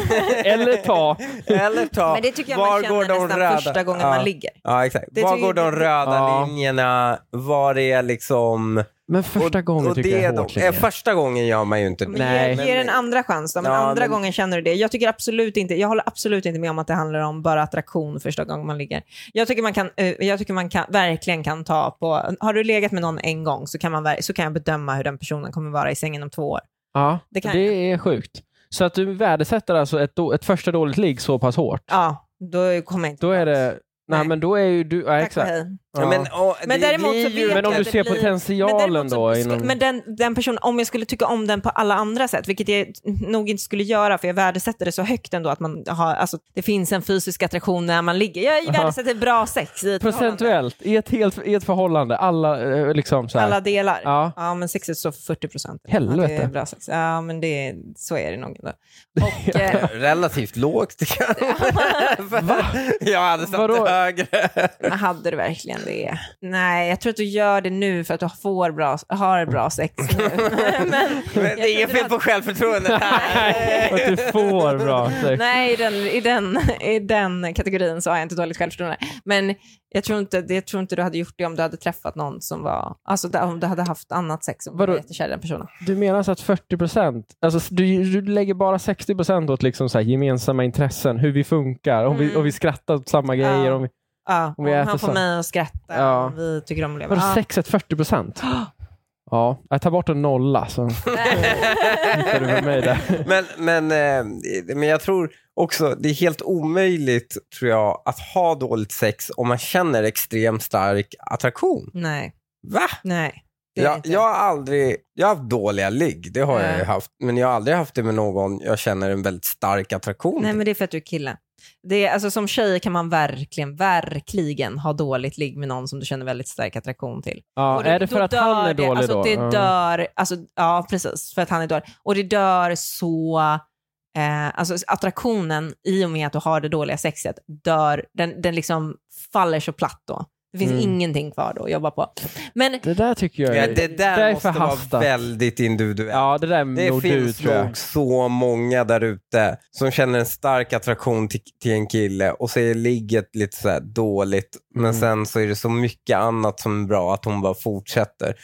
Speaker 1: Eller ta?
Speaker 2: Eller ta,
Speaker 3: Men det tycker jag man
Speaker 2: var går
Speaker 3: känner
Speaker 2: de
Speaker 3: nästan
Speaker 2: röda?
Speaker 3: första gången
Speaker 2: ja.
Speaker 3: man ligger.
Speaker 2: Ja, exakt.
Speaker 3: Det
Speaker 2: Var
Speaker 3: tycker
Speaker 2: går de
Speaker 3: jag-
Speaker 2: röda
Speaker 1: Ja.
Speaker 2: linjerna? Var är liksom...
Speaker 1: Men första gången tycker jag är hårt.
Speaker 2: de, eh, Första gången gör man ju inte det.
Speaker 3: Men
Speaker 1: Nej.
Speaker 3: Ge, ge den andra chans då, men
Speaker 2: Ja,
Speaker 3: andra
Speaker 2: men-
Speaker 3: gången känner du det. Jag tycker absolut inte, jag håller absolut inte med om att det handlar om bara attraktion första gången man ligger. Jag tycker man kan, eh, jag tycker man kan, verkligen kan ta på, har du legat med någon en gång så kan, man, ver- så kan jag bedöma hur den personen kommer vara i sängen om två år.
Speaker 1: Ja,
Speaker 3: Det
Speaker 1: det,
Speaker 3: kan
Speaker 1: är sjukt. Så att du värdesätter alltså ett, då, ett första dåligt ligg så pass hårt.
Speaker 3: Ja, då kommer jag inte
Speaker 1: Då är det... Nej,
Speaker 3: Nej.
Speaker 1: men då är ju du... Ja,
Speaker 3: Tack och
Speaker 1: exakt.
Speaker 3: hej.
Speaker 1: Ja.
Speaker 2: Ja, men, åh,
Speaker 3: Men
Speaker 2: det
Speaker 3: däremot
Speaker 2: blir
Speaker 3: så
Speaker 2: ju-
Speaker 3: vet
Speaker 1: Men om
Speaker 3: jag
Speaker 1: du
Speaker 3: det
Speaker 1: ser
Speaker 3: blir- Men
Speaker 1: potentialen
Speaker 3: däremot
Speaker 1: då?
Speaker 3: så,
Speaker 1: inom-
Speaker 3: Men den, den personen, om jag skulle tycka om den på alla andra sätt, vilket jag nog inte skulle göra för jag värdesätter det så högt ändå att man har, alltså, det finns en fysisk attraktion när man ligger. Jag värdesätter bra sex i ett förhållande.
Speaker 1: Procentuellt, i ett, helt, i ett förhållande, alla eh, liksom så här.
Speaker 3: Alla delar. Ja.
Speaker 1: Ja.
Speaker 3: men sexet står för 40 procent. Ja,
Speaker 1: Helvete.
Speaker 3: det är bra sex. Ja, men det, så är det nog. ändå. Och, eh,
Speaker 2: Relativt lågt. kan jag- jag hade satt
Speaker 1: Vadå?
Speaker 2: det högre.
Speaker 3: hade det verkligen det. Nej, jag tror att du gör det nu för att du får bra, har bra sex nu. Men,
Speaker 2: Men det är inget fel på självförtroendet här.
Speaker 1: Att du får bra sex.
Speaker 3: nej, i den, i, den, i den kategorin så har jag inte dåligt självförtroende. Men jag tror, inte, jag tror inte du hade gjort det om du hade träffat någon som var, alltså där- om du hade haft annat sex och
Speaker 1: Vadå?
Speaker 3: var jättekär i den personen.
Speaker 1: Du menar så att 40 procent, alltså du, du lägger bara 60 procent åt liksom så här gemensamma intressen, hur vi funkar, om, vi,
Speaker 3: Mm.
Speaker 1: om vi skrattar åt samma grejer. Om vi,
Speaker 3: Ja,
Speaker 1: Om vi
Speaker 3: om
Speaker 1: äter
Speaker 3: han får
Speaker 1: så.
Speaker 3: mig att skratta
Speaker 1: Ja.
Speaker 3: och vi tycker om att leva.
Speaker 1: vadå
Speaker 3: Ja.
Speaker 1: sexet 40 procent? Ja, jag tar bort en nolla så hittar du med mig där.
Speaker 2: Men, men, eh, men jag tror också det är helt omöjligt tror jag, att ha dåligt sex om man känner extremt stark attraktion.
Speaker 3: Nej,
Speaker 2: Va?
Speaker 3: nej. det är
Speaker 2: Jag,
Speaker 3: inte.
Speaker 2: jag har aldrig, jag har haft dåliga ligg, det har jag ju
Speaker 3: Nej.
Speaker 2: haft. Men jag har aldrig haft det med någon jag känner en väldigt stark attraktion
Speaker 3: Nej,
Speaker 2: till.
Speaker 3: men det är för att du är kille. Det är, alltså, som tjej kan man verkligen, verkligen ha dåligt ligg med någon som du känner väldigt stark attraktion till.
Speaker 1: Ja,
Speaker 3: Och då-
Speaker 1: är det
Speaker 3: då
Speaker 1: för att han
Speaker 3: dör
Speaker 1: är dålig
Speaker 3: alltså,
Speaker 1: då?
Speaker 3: Det
Speaker 1: Ja.
Speaker 3: dör, alltså, ja, precis, för att han är dålig. Och det dör så... Eh, alltså attraktionen i och med att du har det dåliga sexet dör, den, den liksom faller så platt då. Det finns
Speaker 1: Mm.
Speaker 3: ingenting kvar då att jobba på. Men
Speaker 1: Det där tycker jag
Speaker 2: Ja,
Speaker 1: är,
Speaker 2: det där
Speaker 1: är
Speaker 2: måste vara
Speaker 1: förhastat.
Speaker 2: väldigt individuellt.
Speaker 1: Ja, det där
Speaker 2: Det
Speaker 1: är nog du
Speaker 2: finns
Speaker 1: tror jag.
Speaker 2: nog så många där ute som känner en stark attraktion till, till en kille och så är ligget lite så här dåligt. Men
Speaker 1: Mm.
Speaker 2: sen så är det så mycket annat som är bra att hon bara fortsätter.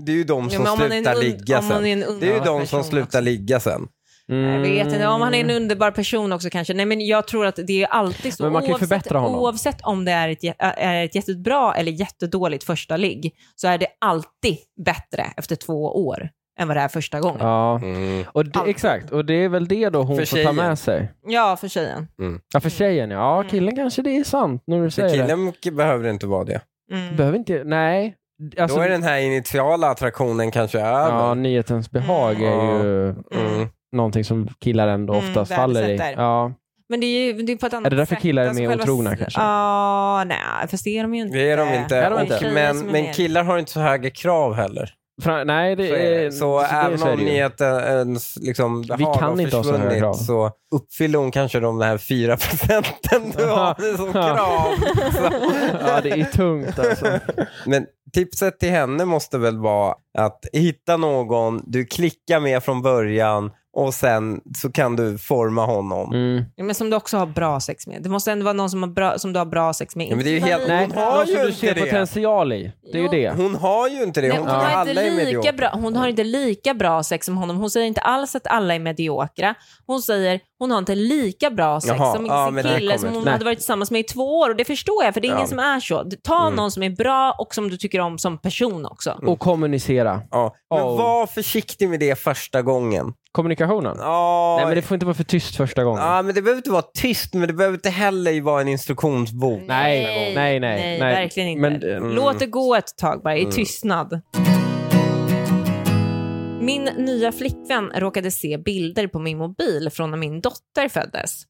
Speaker 2: Det är ju de
Speaker 3: Ja,
Speaker 2: som
Speaker 3: men om man är en
Speaker 2: slutar
Speaker 3: und-
Speaker 2: ligga
Speaker 3: om man
Speaker 2: sen.
Speaker 3: är en underbar
Speaker 2: Det är ju de
Speaker 3: person
Speaker 2: som slutar
Speaker 3: också.
Speaker 2: ligga sen.
Speaker 3: Jag vet inte, om han är en
Speaker 1: Mm.
Speaker 3: underbar person också kanske. Nej men jag tror att det är alltid så.
Speaker 1: Men man kan ju
Speaker 3: Oavsett-
Speaker 1: förbättra honom.
Speaker 3: Oavsett om det är ett, jä- äh, är ett jättebra eller jättedåligt första ligg så är det alltid bättre efter två år än vad det är första gången. Ja,
Speaker 1: Ja, och det,
Speaker 3: Allt.
Speaker 1: exakt. Och det är väl det då hon
Speaker 2: För
Speaker 1: får ta
Speaker 2: tjejen.
Speaker 1: med sig.
Speaker 3: för tjejen.
Speaker 1: Ja, för tjejen ja.
Speaker 3: Mm.
Speaker 1: Ja, killen kanske det är sant när du
Speaker 2: Så
Speaker 1: säger det.
Speaker 2: killen behöver inte vara det.
Speaker 3: Mm.
Speaker 1: Behöver inte, nej. Alltså,
Speaker 2: Då är den här initiala attraktionen kanske
Speaker 1: ja,
Speaker 2: över.
Speaker 1: nyhetens behag
Speaker 2: Mm.
Speaker 1: är ju
Speaker 2: Mm.
Speaker 1: någonting som killar ändå
Speaker 3: Mm,
Speaker 1: oftast faller i.
Speaker 3: värdesätter.
Speaker 1: Ja.
Speaker 3: Men det är ju det är på ett annat
Speaker 1: Är det därför
Speaker 3: sätt. Alltså,
Speaker 1: killar är mer
Speaker 3: själva-
Speaker 1: otrogna, kanske?
Speaker 3: Ja, nej, fast det är de ju inte.
Speaker 2: Det är de inte.
Speaker 1: Är de
Speaker 2: och,
Speaker 1: inte?
Speaker 3: Tjejer
Speaker 2: Men,
Speaker 3: som är
Speaker 2: men
Speaker 3: med.
Speaker 2: killar har inte så höga krav heller.
Speaker 1: Fra, nej, det
Speaker 2: Så, är det.
Speaker 1: är...
Speaker 2: Eh, så även
Speaker 1: så är
Speaker 2: om
Speaker 1: det ju.
Speaker 2: nyhetens liksom, behag
Speaker 1: Vi kan
Speaker 2: har
Speaker 1: inte ha sådana här krav.
Speaker 2: försvunnit så uppfyller hon kanske de här fyra procenten du har som
Speaker 1: Ja.
Speaker 2: krav. Så.
Speaker 1: Ja, det är tungt alltså.
Speaker 2: Men tipset till henne måste väl vara att hitta någon du klickar med från början och sen så kan du forma honom.
Speaker 1: Mm.
Speaker 3: Ja, Men som du också har bra sex med. Det måste ändå vara någon som, har bra, som du har bra sex med.
Speaker 2: Ja, men det är ju helt,
Speaker 1: Nej,
Speaker 2: hon har
Speaker 1: någon som
Speaker 2: ju
Speaker 1: du
Speaker 2: inte
Speaker 1: ser
Speaker 2: det.
Speaker 1: potential i. Det är ju
Speaker 3: Jo.
Speaker 1: det.
Speaker 2: Hon har ju inte det.
Speaker 3: Nej,
Speaker 2: Hon
Speaker 3: hon,
Speaker 2: tycker
Speaker 3: har
Speaker 2: alla
Speaker 3: inte
Speaker 2: är
Speaker 3: lika
Speaker 2: mediokra.
Speaker 3: bra, hon har inte lika bra sex som honom. Hon säger inte alls att alla är mediokra. Hon säger hon har inte lika bra sex
Speaker 2: Jaha,
Speaker 3: som
Speaker 2: ja,
Speaker 3: sin
Speaker 2: men det här
Speaker 3: kille
Speaker 2: kommer.
Speaker 3: som hon
Speaker 1: Nej.
Speaker 3: hade varit tillsammans med i två år. Och det förstår jag, för det är
Speaker 2: Ja.
Speaker 3: ingen som är så. Ta
Speaker 2: Mm.
Speaker 3: någon som är bra och som du tycker om som person också.
Speaker 1: Och kommunicera.
Speaker 2: Ja. Men
Speaker 1: Oh.
Speaker 2: var försiktig med det första gången.
Speaker 1: Kommunikationen.
Speaker 2: Ja,
Speaker 1: Nej, men det får inte vara för tyst första gången.
Speaker 2: Ja, men det behöver inte vara tyst, men det behöver inte heller vara en instruktionsbok.
Speaker 1: Nej, nej, nej. nej,
Speaker 3: verkligen inte.
Speaker 1: Men, eh,
Speaker 2: Mm.
Speaker 3: Låt det gå ett tag bara, i
Speaker 2: Mm.
Speaker 3: tystnad. Min nya flickvän råkade se bilder på min mobil från när min dotter föddes.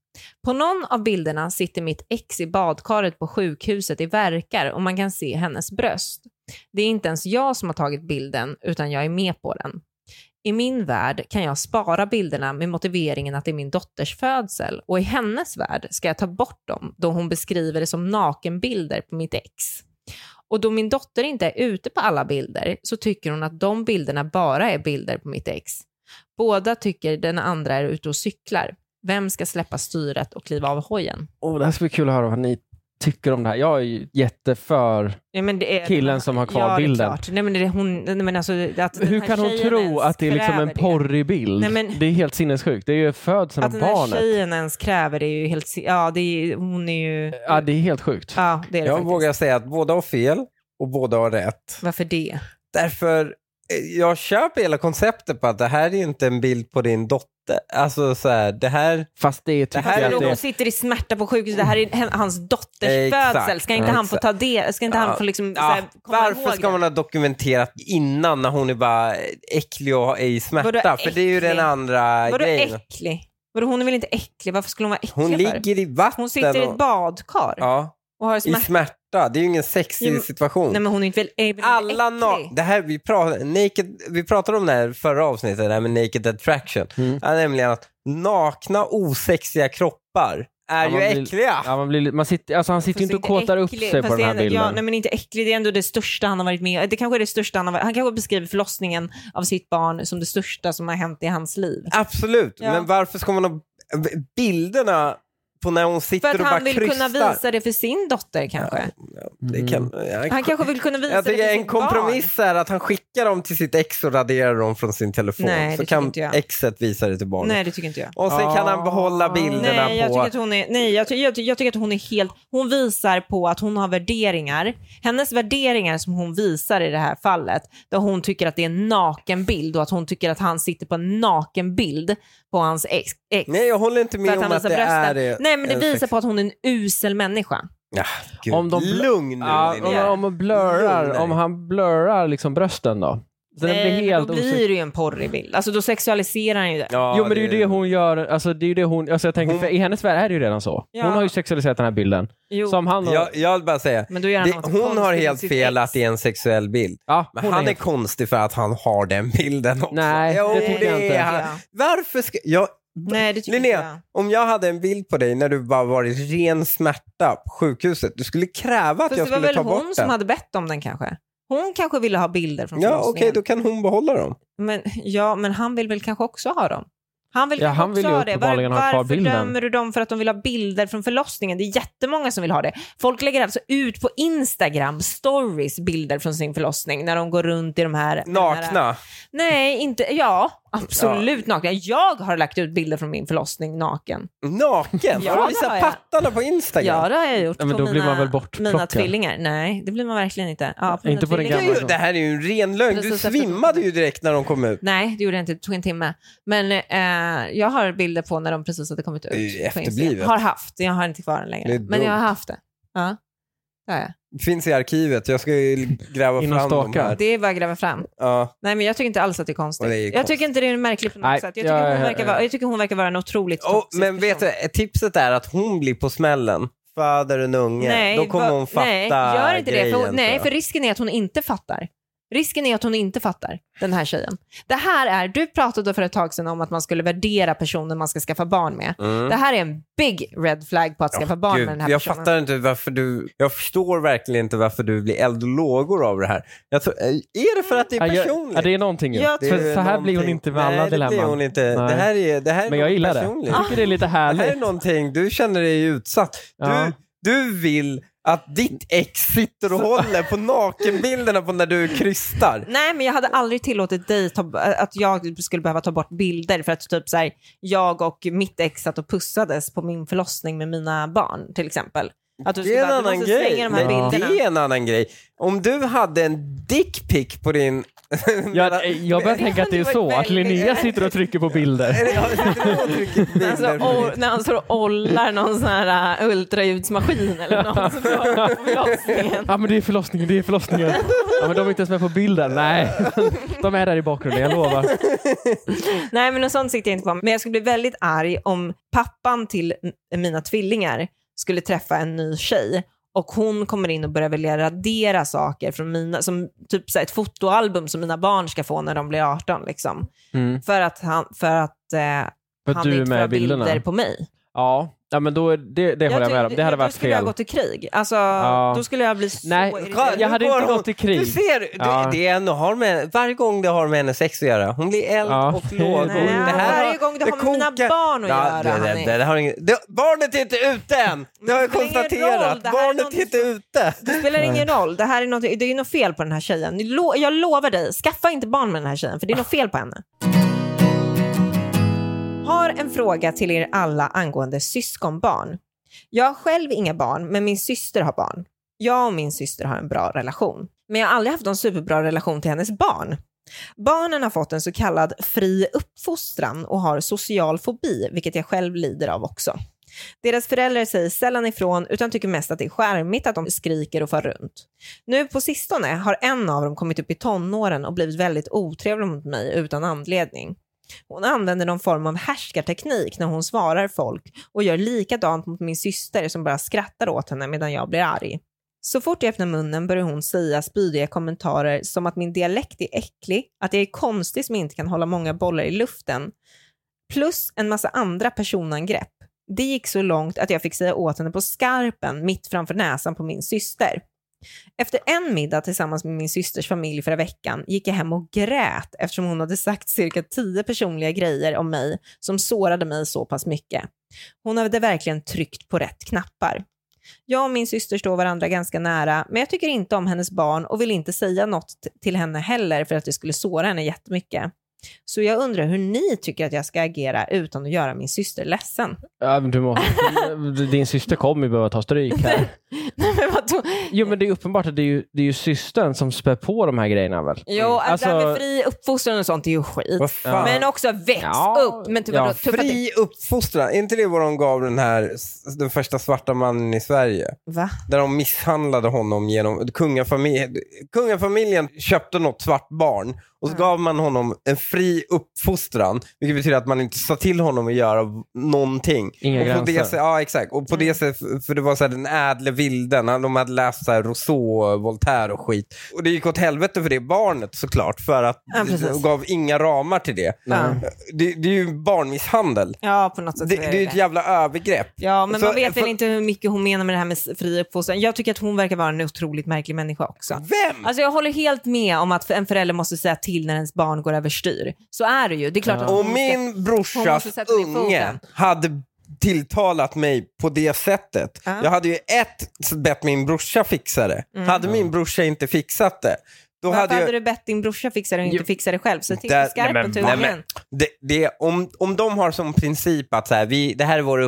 Speaker 3: På någon av bilderna sitter mitt ex i badkaret på sjukhuset i Verkar och man kan se hennes bröst. Det är inte ens jag som har tagit bilden utan jag är med på den. I min värld kan jag spara bilderna med motiveringen att det är min dotters födsel och i hennes värld ska jag ta bort dem då hon beskriver det som nakenbilder på mitt ex. Och då min dotter inte är ute på alla bilder så tycker hon att de bilderna bara är bilder på mitt ex. Båda tycker den andra är ute och cyklar. Vem ska släppa styret och kliva av hojen?
Speaker 1: oh, det här ska bli kul att höra vad ni tycker om det här. Jag är ju jätteför
Speaker 3: Ja, men det är,
Speaker 1: Killen som har kvar
Speaker 3: ja,
Speaker 1: bilden.
Speaker 3: Det är klart. Nej, men det är hon, nej, men alltså, att den
Speaker 1: Hur
Speaker 3: här
Speaker 1: kan hon
Speaker 3: tjejen
Speaker 1: tro
Speaker 3: ens
Speaker 1: att det är liksom en
Speaker 3: kräver det?
Speaker 1: porrig bild?
Speaker 3: Nej, men-
Speaker 1: Det är helt sinnessjukt. Det är ju födseln
Speaker 3: Att
Speaker 1: av
Speaker 3: den
Speaker 2: Alltså,
Speaker 3: här
Speaker 1: barnet.
Speaker 3: Alltså, tjejen ens kräver det är ju helt... si- Ja, det är, hon är ju...
Speaker 1: Ja, det är helt sjukt.
Speaker 3: Ja, det är det
Speaker 2: Jag
Speaker 3: faktiskt.
Speaker 2: vågar säga att båda har fel och båda har rätt.
Speaker 3: Varför det?
Speaker 2: Därför, eh, jag köper hela konceptet på att det här är inte en bild på din dotter. Alltså så här, det här...
Speaker 1: Fast det är tycker
Speaker 2: här är
Speaker 1: jag
Speaker 3: Hallå,
Speaker 1: att
Speaker 3: hon
Speaker 1: det...
Speaker 3: sitter i smärta på sjukhuset. Det här är hen- hans dotters
Speaker 2: Exakt,
Speaker 3: födsel. Ska inte han få
Speaker 2: exakt.
Speaker 3: ta det? Ska inte han få liksom, så
Speaker 2: Ja,
Speaker 3: här, komma
Speaker 2: ah, varför
Speaker 3: ihåg
Speaker 2: ska man ha dokumenterat innan när hon är bara äcklig och är i smärta?
Speaker 3: Vadå
Speaker 2: För det är ju den
Speaker 3: äcklig?
Speaker 2: andra
Speaker 3: det? Vadå
Speaker 2: grejen.
Speaker 3: äcklig? Vadå, hon är väl inte äcklig? Varför skulle hon vara äcklig
Speaker 2: Hon
Speaker 3: för?
Speaker 2: ligger i vatten
Speaker 3: hon sitter i ett
Speaker 2: och-
Speaker 3: badkar
Speaker 2: Ja,
Speaker 3: och har
Speaker 2: i
Speaker 3: smärta.
Speaker 2: smärta. Det är ju ingen
Speaker 3: Jo,
Speaker 2: sexig
Speaker 3: men-
Speaker 2: situation.
Speaker 3: Nej men hon är inte väl, är väl
Speaker 2: Alla
Speaker 3: äcklig?
Speaker 2: na- det här vi, pra- naked, vi pratade om det här förra avsnittet, det här med naked attraction.
Speaker 1: Mm.
Speaker 2: Ja, nämligen att nakna osexiga kroppar är
Speaker 1: Ja,
Speaker 2: ju
Speaker 1: man blir-
Speaker 2: äckliga.
Speaker 1: Ja, man, blir, li- man sitter, alltså han sitter ju inte och kåtar upp sig på
Speaker 3: Fast
Speaker 1: den här
Speaker 3: det är,
Speaker 1: bilden.
Speaker 3: Ja, nej, men inte äcklig. Det är ändå det största han har varit med om. Det kanske är det största han har varit, Han kanske beskriver förlossningen av sitt barn som det största som har hänt i hans liv.
Speaker 2: Absolut,
Speaker 3: Ja.
Speaker 2: men varför ska man ha bilderna på när hon
Speaker 3: För
Speaker 2: sitter
Speaker 3: att
Speaker 2: och bara
Speaker 3: han vill kunna
Speaker 2: krystar?
Speaker 3: visa det för sin dotter kanske.
Speaker 2: Det kan,
Speaker 1: Mm.
Speaker 2: jag,
Speaker 3: Han kanske vill kunna visa
Speaker 2: jag
Speaker 3: det
Speaker 2: tycker
Speaker 3: för
Speaker 2: en
Speaker 3: sitt barn.
Speaker 2: kompromiss är att han skickar dem till sitt ex och raderar dem från sin telefon.
Speaker 3: Nej, det
Speaker 2: så
Speaker 3: tycker
Speaker 2: kan
Speaker 3: inte jag.
Speaker 2: exet visa det till barnet.
Speaker 3: Nej, det tycker inte jag.
Speaker 2: Och sen kan han
Speaker 1: Ah.
Speaker 2: behålla bilderna
Speaker 3: Nej, jag
Speaker 2: på...
Speaker 3: tycker att hon är, nej jag, ty, jag, ty, jag tycker att hon är helt... Hon visar på att hon har värderingar. Hennes värderingar som hon visar i det här fallet, där hon tycker att det är en nakenbild och att hon tycker att han sitter på en nakenbild på hans ex. ex
Speaker 2: Nej, jag håller inte
Speaker 3: för
Speaker 2: med om att det är det.
Speaker 3: Nej, men det
Speaker 2: en
Speaker 3: visar
Speaker 2: sex-
Speaker 3: på att hon är en usel människa.
Speaker 2: Ja, gud.
Speaker 1: Om de-
Speaker 2: Lugn nu,
Speaker 1: Mm. Ja,
Speaker 2: Linnea.
Speaker 1: om, om, man blurrar,
Speaker 2: Lugn dig.
Speaker 1: om han blurrar liksom brösten då? Så den
Speaker 3: Nej,
Speaker 1: blir
Speaker 3: men
Speaker 1: helt
Speaker 3: då
Speaker 1: osynlig.
Speaker 3: blir det ju en porrig bild. Alltså då sexualiserar han ju det.
Speaker 2: Ja,
Speaker 1: Jo men det är ju det hon gör, alltså det är ju det hon, alltså jag tänker,
Speaker 2: Hon-
Speaker 1: för i hennes värld är det ju redan så.
Speaker 3: Ja.
Speaker 1: Hon har ju sexualiserat den här bilden.
Speaker 3: Jo,
Speaker 1: Som han
Speaker 2: Jag, jag vill bara säga,
Speaker 3: men då gör han
Speaker 2: det,
Speaker 3: något
Speaker 2: hon har
Speaker 3: konstigt
Speaker 2: helt
Speaker 3: med sitt
Speaker 2: fel
Speaker 3: ex.
Speaker 2: att det är en sexuell bild.
Speaker 1: Ja,
Speaker 2: Men
Speaker 1: hon
Speaker 2: han är,
Speaker 1: är helt-
Speaker 2: konstig för att han har den bilden också.
Speaker 1: Nej,
Speaker 2: jo,
Speaker 1: det tycker jag
Speaker 2: är
Speaker 1: inte.
Speaker 2: han.
Speaker 3: Ja.
Speaker 2: Varför ska... Jag,
Speaker 3: Nej, det tycker
Speaker 2: Linnea,
Speaker 3: inte jag.
Speaker 2: om jag hade en bild på dig när du bara varit ren smärta på sjukhuset, du skulle kräva att
Speaker 3: Fast
Speaker 2: jag
Speaker 3: det var
Speaker 2: skulle
Speaker 3: väl
Speaker 2: ta
Speaker 3: hon
Speaker 2: bort
Speaker 3: som
Speaker 2: den.
Speaker 3: hade bett om den kanske? Hon kanske ville ha bilder från
Speaker 2: Ja, okej,
Speaker 3: förlossningen.
Speaker 2: då kan hon behålla dem.
Speaker 3: men, ja, men han vill väl kanske också ha dem? Han vill
Speaker 1: Ja,
Speaker 3: kanske
Speaker 1: han vill
Speaker 3: också
Speaker 1: ju
Speaker 3: ha det.
Speaker 1: uppenbarligen ha kvar
Speaker 3: varför
Speaker 1: bilden.
Speaker 3: dömer du dem för att de vill ha bilder från förlossningen? Det är jättemånga som vill ha det. Folk lägger alltså ut på Instagram stories bilder från sin förlossning när de går runt i de här... Den här
Speaker 2: Nakna.
Speaker 3: nej, inte... Ja, absolut nakna. Jag har lagt ut bilder från min förlossning naken.
Speaker 2: Naken?
Speaker 3: Ja,
Speaker 2: har du
Speaker 3: det
Speaker 2: visat
Speaker 3: har jag.
Speaker 2: pattarna på Instagram?
Speaker 3: Ja, det har jag gjort.
Speaker 1: Ja, men
Speaker 3: på
Speaker 1: då blir
Speaker 3: mina,
Speaker 1: man väl bortplockad.
Speaker 3: Mina tvillingar. Nej, det blir man verkligen inte. Ja, på mina
Speaker 1: Inte på den
Speaker 3: tvillingar.
Speaker 2: det, är ju, det här är ju en ren lögn. Du
Speaker 3: Precis efter-
Speaker 2: svimmade ju direkt när de kom ut.
Speaker 3: Nej, det gjorde jag inte. Det tog en timme. Men eh, jag har bilder på när de precis hade kommit ut.
Speaker 2: Det är ju
Speaker 3: på Instagram.
Speaker 2: efterblivet.
Speaker 3: Har haft. Jag har inte kvar den
Speaker 2: Det är
Speaker 3: längre.
Speaker 2: dumt.
Speaker 3: Men jag har haft det. Ja. Det har jag.
Speaker 2: Det finns i arkivet. Jag ska ju gräva
Speaker 1: In och
Speaker 2: fram dem
Speaker 1: staka.
Speaker 2: här.
Speaker 3: Det är bara att gräva fram.
Speaker 2: Ja.
Speaker 3: Nej, men jag tycker inte alls att det är konstigt.
Speaker 2: Och det är ju
Speaker 3: Jag
Speaker 2: konstigt.
Speaker 3: tycker inte det är märkligt på något
Speaker 1: Nej,
Speaker 3: sätt. Jag tycker,
Speaker 1: jag-
Speaker 3: hon verkar vara, jag tycker hon verkar vara en otroligt
Speaker 2: Oh,
Speaker 3: toxisk
Speaker 2: men vet
Speaker 3: person.
Speaker 2: du, tipset är att hon blir på smällen. Föder en unge.
Speaker 3: Nej,
Speaker 2: Då kommer
Speaker 3: va-
Speaker 2: hon fatta
Speaker 3: Nej, gör inte
Speaker 2: grejen,
Speaker 3: det. För,
Speaker 2: tror
Speaker 3: hon- nej,
Speaker 2: jag.
Speaker 3: för risken är att hon inte fattar. Risken är att hon inte fattar, den här tjejen. Det här är, du pratade för ett tag sedan om att man skulle värdera personen man ska skaffa barn med.
Speaker 2: Mm.
Speaker 3: Det här är en big red flag på att skaffa barn
Speaker 2: Gud,
Speaker 3: med den här
Speaker 2: jag
Speaker 3: personen.
Speaker 2: fattar inte varför du, jag förstår verkligen inte varför du blir eld och lågor av det här. Jag tror, eh, är det för att det är
Speaker 1: Ja, jag-
Speaker 2: personligt?
Speaker 1: Ja, det är någonting ju.
Speaker 3: Jag
Speaker 2: Det är
Speaker 1: För
Speaker 2: ju
Speaker 1: så här blir hon
Speaker 2: någonting-
Speaker 1: inte med alla
Speaker 2: Nej, det blir
Speaker 1: dilemman.
Speaker 2: hon inte. Det
Speaker 1: Nej.
Speaker 2: här är, det här är
Speaker 1: Men jag
Speaker 2: något
Speaker 1: gillar det.
Speaker 2: personligt.
Speaker 1: Jag tycker det är lite
Speaker 2: Det här är
Speaker 1: härligt.
Speaker 2: någonting, du känner dig utsatt. Du,
Speaker 1: Ja.
Speaker 2: du vill att ditt ex sitter och håller på nakenbilderna på när du krystar.
Speaker 3: Nej, men jag hade aldrig tillåtit dig ta, att jag skulle behöva ta bort bilder för att typ så här, jag och mitt ex satt och pussades på min förlossning med mina barn till exempel. Att du
Speaker 2: Det
Speaker 3: skulle
Speaker 2: är en
Speaker 3: bara, du
Speaker 2: annan
Speaker 3: måste
Speaker 2: grej.
Speaker 3: slänga de här
Speaker 2: Nej,
Speaker 3: bilderna.
Speaker 2: Det är en annan grej. Om du hade en dickpic på din...
Speaker 1: Jag, jag börjar tänka att det är
Speaker 3: hade
Speaker 1: så,
Speaker 3: varit
Speaker 1: att Linnea
Speaker 3: väldigt-
Speaker 1: sitter och trycker på bilder.
Speaker 2: Eller, ja, sitter du och trycker på bilder
Speaker 3: Alltså,
Speaker 2: på din-
Speaker 3: o- när han står och ollar någon sån här äh, ultraljudsmaskin eller någon som står på förlossningen.
Speaker 1: Ja men det är förlossningen, det är förlossningen. Ja men de är inte ens med på bilden, nej. De är där i bakgrunden, jag lovar.
Speaker 3: Nej, men något sånt sitter jag inte på. Men jag skulle bli väldigt arg om pappan till n- mina tvillingar skulle träffa en ny tjej och hon kommer in och börjar vilja radera saker från mina, som typ så här ett fotoalbum som mina barn ska få när de blir 18 liksom.
Speaker 1: Mm.
Speaker 3: För att han, för att, eh,
Speaker 1: För att
Speaker 3: han
Speaker 1: du är
Speaker 3: inte får ha
Speaker 1: med i
Speaker 3: bilder
Speaker 1: bilderna.
Speaker 3: på mig.
Speaker 1: Ja, ja men då, är- det, det håller jag med om. Det hade
Speaker 3: då
Speaker 1: varit
Speaker 3: skulle jag
Speaker 1: fel.
Speaker 3: gå till krig. Alltså, då skulle jag bli så
Speaker 1: Nej,
Speaker 3: irriterad.
Speaker 1: jag hade
Speaker 2: Nu går
Speaker 1: inte
Speaker 2: hon-
Speaker 1: gått i krig.
Speaker 2: Du ser, du,
Speaker 1: Ja.
Speaker 2: det är en, har med, varje gång det har med hennes sex att göra. Hon blir eld
Speaker 1: Ja.
Speaker 2: och lågor.
Speaker 1: Nej,
Speaker 2: det här
Speaker 3: varje gång det har med mina
Speaker 2: kokar-
Speaker 3: barn att göra,
Speaker 2: Det, det,
Speaker 3: Hanni.
Speaker 2: det, det har ingen, det, barnet är inte ute än! Det har jag
Speaker 3: spelar ingen
Speaker 2: konstaterat.
Speaker 3: roll, det här är
Speaker 2: barnet är
Speaker 3: någonting
Speaker 2: inte ute.
Speaker 3: Det spelar ingen roll. Det, här är något, det är något fel på den här tjejen. Lo- Jag lovar dig, skaffa inte barn med den här tjejen för det är något fel på henne. Har en fråga till er alla angående syskonbarn. Jag har själv inga barn, men min syster har barn. Jag och min syster har en bra relation, men jag har aldrig haft någon superbra relation till hennes barn. Barnen har fått en så kallad fri uppfostran och har social fobi, vilket jag själv lider av också. Deras föräldrar säger sällan ifrån utan tycker mest att det är skärmigt att de skriker och far runt. Nu på sistone har en av dem kommit upp i tonåren och blivit väldigt otrevlig mot mig utan anledning. Hon använder någon form av härskarteknik när hon svarar folk och gör likadant mot min syster som bara skrattar åt henne medan jag blir arg. Så fort jag öppnar munnen börjar hon säga spydiga kommentarer som att min dialekt är äcklig, att jag är konstig som inte kan hålla många bollar i luften, plus en massa andra personangrepp Det gick så långt att jag fick säga åt henne på skarpen mitt framför näsan på min syster. Efter en middag tillsammans med min systers familj förra veckan gick jag hem och grät eftersom hon hade sagt cirka tio personliga grejer om mig som sårade mig så pass mycket. Hon hade verkligen tryckt på rätt knappar. Jag och min syster står varandra ganska nära, men jag tycker inte om hennes barn och vill inte säga något t- till henne heller för att det skulle såra henne jättemycket. Så jag undrar hur ni tycker att jag ska agera utan att göra min syster ledsen.
Speaker 1: Ja, men du må, din syster kommer ju behöva ta stryk här.
Speaker 3: Nej, men vadå?
Speaker 1: Jo, men det är uppenbart att det är ju, det är ju systern som spär på de här grejerna väl?
Speaker 3: Jo, att
Speaker 1: Alltså-
Speaker 3: det här med fri uppfostran och sånt är ju skit.
Speaker 2: Mm. Vad fan?
Speaker 3: Men också väx
Speaker 1: Ja,
Speaker 3: upp. Men typ
Speaker 1: ja,
Speaker 3: vadå, tuffa till-
Speaker 2: Fri uppfostran, är inte det vad de gav den här, den första svarta mannen i Sverige?
Speaker 3: Va?
Speaker 2: Där de misshandlade honom genom, kungafamiljen, kungafamiljen köpte något svart barn och så gav man honom en fri uppfostran, vilket betyder att man inte sa till honom att göra v- någonting.
Speaker 1: Inga
Speaker 2: och på
Speaker 1: gränser.
Speaker 2: det, sätt- ja, exakt. Och på
Speaker 3: Mm.
Speaker 2: det sättet, för det var så här, den ädle vilden, han- de hade läst så här, Rousseau, Voltaire och skit. Och det gick åt helvete för det barnet såklart, för att
Speaker 3: Ja, precis.
Speaker 2: de gav inga ramar till det.
Speaker 3: Ja.
Speaker 2: Det, det är ju barnmisshandel.
Speaker 3: ja, på något
Speaker 2: Det,
Speaker 3: sätt.
Speaker 2: det
Speaker 3: är
Speaker 2: är ju ett jävla övergrepp.
Speaker 3: Ja, men
Speaker 2: Så-
Speaker 3: man vet
Speaker 2: för-
Speaker 3: väl inte hur mycket hon menar med det här med fri uppfostran. Jag tycker att hon verkar vara en otroligt märklig människa också.
Speaker 2: Vem?
Speaker 3: Alltså jag håller helt med om att en förälder måste säga till när ens barn går överstyr. Så är det ju. Det är klart att hon
Speaker 2: Och
Speaker 3: ska-
Speaker 2: min
Speaker 3: hon måste
Speaker 2: brorsas
Speaker 3: sätta ner
Speaker 2: unge
Speaker 3: foten.
Speaker 2: hade tilltalat mig på det sättet.
Speaker 3: Ja.
Speaker 2: Jag hade ju ett bett min brorsa fixa det. Hade min brorsa inte fixat det, då
Speaker 3: Mm. Varför
Speaker 2: hade jag...
Speaker 3: hade du bett din brorsa fixa det och
Speaker 1: Jo.
Speaker 3: inte fixa det själv? Så till
Speaker 2: Där-
Speaker 3: på skarpen
Speaker 1: Nej,
Speaker 3: till
Speaker 1: men-
Speaker 2: nej,
Speaker 3: ungen.
Speaker 2: Det, det, om, om de har som princip att så här, vi, det här är vår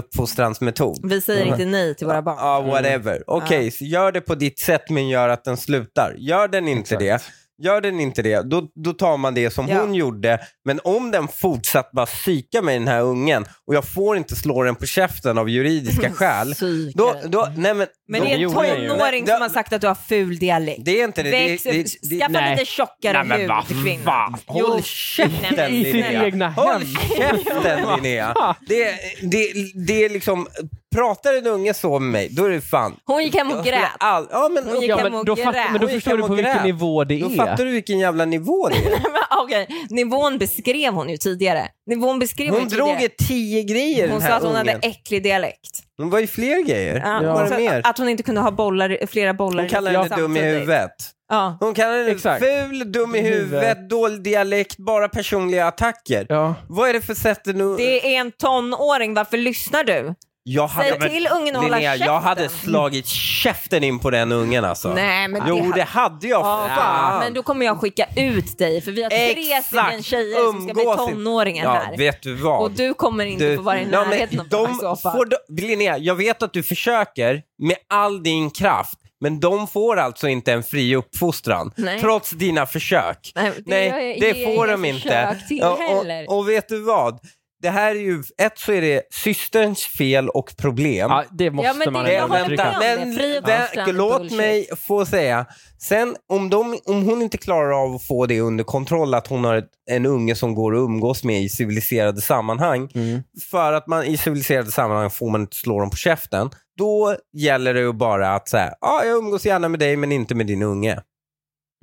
Speaker 2: uppfostransmetod.
Speaker 3: Vi säger inte nej till våra barn.
Speaker 2: Ja, Ah, whatever. Okej, så gör det på ditt sätt men gör att den slutar. Gör den inte det, gör den inte det, då, då tar man det som
Speaker 3: Ja.
Speaker 2: hon gjorde. Men om den fortsatt bara psyka mig den här ungen och jag får inte slå den på käften av juridiska skäl.
Speaker 3: Psykare.
Speaker 2: Då, då, nej men,
Speaker 3: Men
Speaker 1: De
Speaker 3: det är en
Speaker 1: gjorde det ju.
Speaker 3: tonåring
Speaker 2: Det-
Speaker 3: som har sagt att du har ful dialekt.
Speaker 2: det är inte det. det,
Speaker 3: Väx,
Speaker 2: det, det,
Speaker 3: skaffa
Speaker 1: nej.
Speaker 3: lite tjockare
Speaker 1: Nej, men
Speaker 3: hud
Speaker 1: vad
Speaker 3: kvinna.
Speaker 1: fan.
Speaker 2: Håll
Speaker 3: Jo,
Speaker 2: käften
Speaker 1: I sitt
Speaker 2: Linnea!
Speaker 1: egna
Speaker 2: Håll
Speaker 1: hem.
Speaker 2: käften Linnea! Det, det, det är liksom, pratar en unge så med mig, då är det fan...
Speaker 3: Hon gick hem och
Speaker 2: Jag skulle
Speaker 3: grät.
Speaker 2: All, ja, men,
Speaker 3: Hon gick
Speaker 1: Ja,
Speaker 3: hem
Speaker 1: men
Speaker 3: och
Speaker 1: då, fatt,
Speaker 3: grät.
Speaker 1: men då
Speaker 2: Hon gick
Speaker 1: förstår
Speaker 2: hem
Speaker 1: du på
Speaker 2: och
Speaker 1: vilken
Speaker 2: grät.
Speaker 1: nivå det
Speaker 2: då
Speaker 1: är.
Speaker 2: fattar du vilken jävla nivå det är.
Speaker 3: Okej, nivån beskrev hon ju tidigare. Nivån beskrev
Speaker 2: Hon
Speaker 3: ju
Speaker 2: drog
Speaker 3: tidigare.
Speaker 2: ett tio grejer
Speaker 3: Hon
Speaker 2: den
Speaker 3: sa
Speaker 2: här
Speaker 3: att hon
Speaker 2: ungen.
Speaker 3: hade äcklig dialekt.
Speaker 2: Hon var ju fler grejer.
Speaker 3: Ja,
Speaker 2: Vad
Speaker 3: hon
Speaker 2: var det
Speaker 3: sa
Speaker 2: mer?
Speaker 3: att, att hon inte kunde ha bollar, flera bollar
Speaker 2: Hon kallade
Speaker 3: luften
Speaker 2: henne dum i
Speaker 3: samtidigt.
Speaker 2: huvudet.
Speaker 3: Ja.
Speaker 2: Hon kallade henne
Speaker 1: Exakt.
Speaker 2: ful, dum i
Speaker 1: Dum i huvudet.
Speaker 2: huvudet, dålig dialekt, bara personliga attacker.
Speaker 1: Ja.
Speaker 2: Vad är det för sätt nu?
Speaker 3: Det är en tonåring, varför lyssnar du?
Speaker 2: Jag
Speaker 3: Säg
Speaker 2: hade...
Speaker 3: till ungen att hålla
Speaker 2: Linnea,
Speaker 3: käften.
Speaker 2: jag hade slagit käften in på den ungen alltså.
Speaker 3: Nej, men
Speaker 2: jo,
Speaker 3: det...
Speaker 2: det hade jag.
Speaker 3: Ja,
Speaker 2: fan.
Speaker 3: men då kommer jag skicka ut dig för vi har tre stycken tjejer som ska bli
Speaker 2: Umgås inte.
Speaker 3: tonåringar
Speaker 2: ja,
Speaker 3: här.
Speaker 2: Vet du vad?
Speaker 3: Och du kommer inte
Speaker 2: Du-
Speaker 3: få vara i
Speaker 2: Ja, men
Speaker 3: närheten av dem i så
Speaker 2: de
Speaker 3: fall.
Speaker 2: får, de- Linnea, jag vet att du försöker med all din kraft, men de får alltså inte en fri uppfostran,
Speaker 3: Nej.
Speaker 2: trots dina försök.
Speaker 3: Nej, det gör jag-
Speaker 2: det
Speaker 3: ger
Speaker 2: får
Speaker 3: jag
Speaker 2: de
Speaker 3: inga
Speaker 2: inte.
Speaker 3: försök till
Speaker 2: Ja,
Speaker 3: heller.
Speaker 2: och, och vet du vad? Det här är ju, ett så är det systerns fel och problem.
Speaker 1: Ja, det måste
Speaker 3: Ja, men det-
Speaker 1: man
Speaker 3: jag
Speaker 1: ändå
Speaker 3: håller
Speaker 1: uttrycka.
Speaker 3: med om det. Fri
Speaker 2: vä-
Speaker 3: uppfostran är
Speaker 2: låt
Speaker 3: bullshit.
Speaker 2: mig få säga. Sen om, de, om hon inte klarar av att få det under kontroll, att hon har ett, en unge som går att umgås med i civiliserade sammanhang.
Speaker 1: Mm,
Speaker 2: För att man i civiliserade sammanhang får man inte slå dem på käften. Då gäller det ju bara att säga, ja jag umgås gärna med dig men inte med din unge.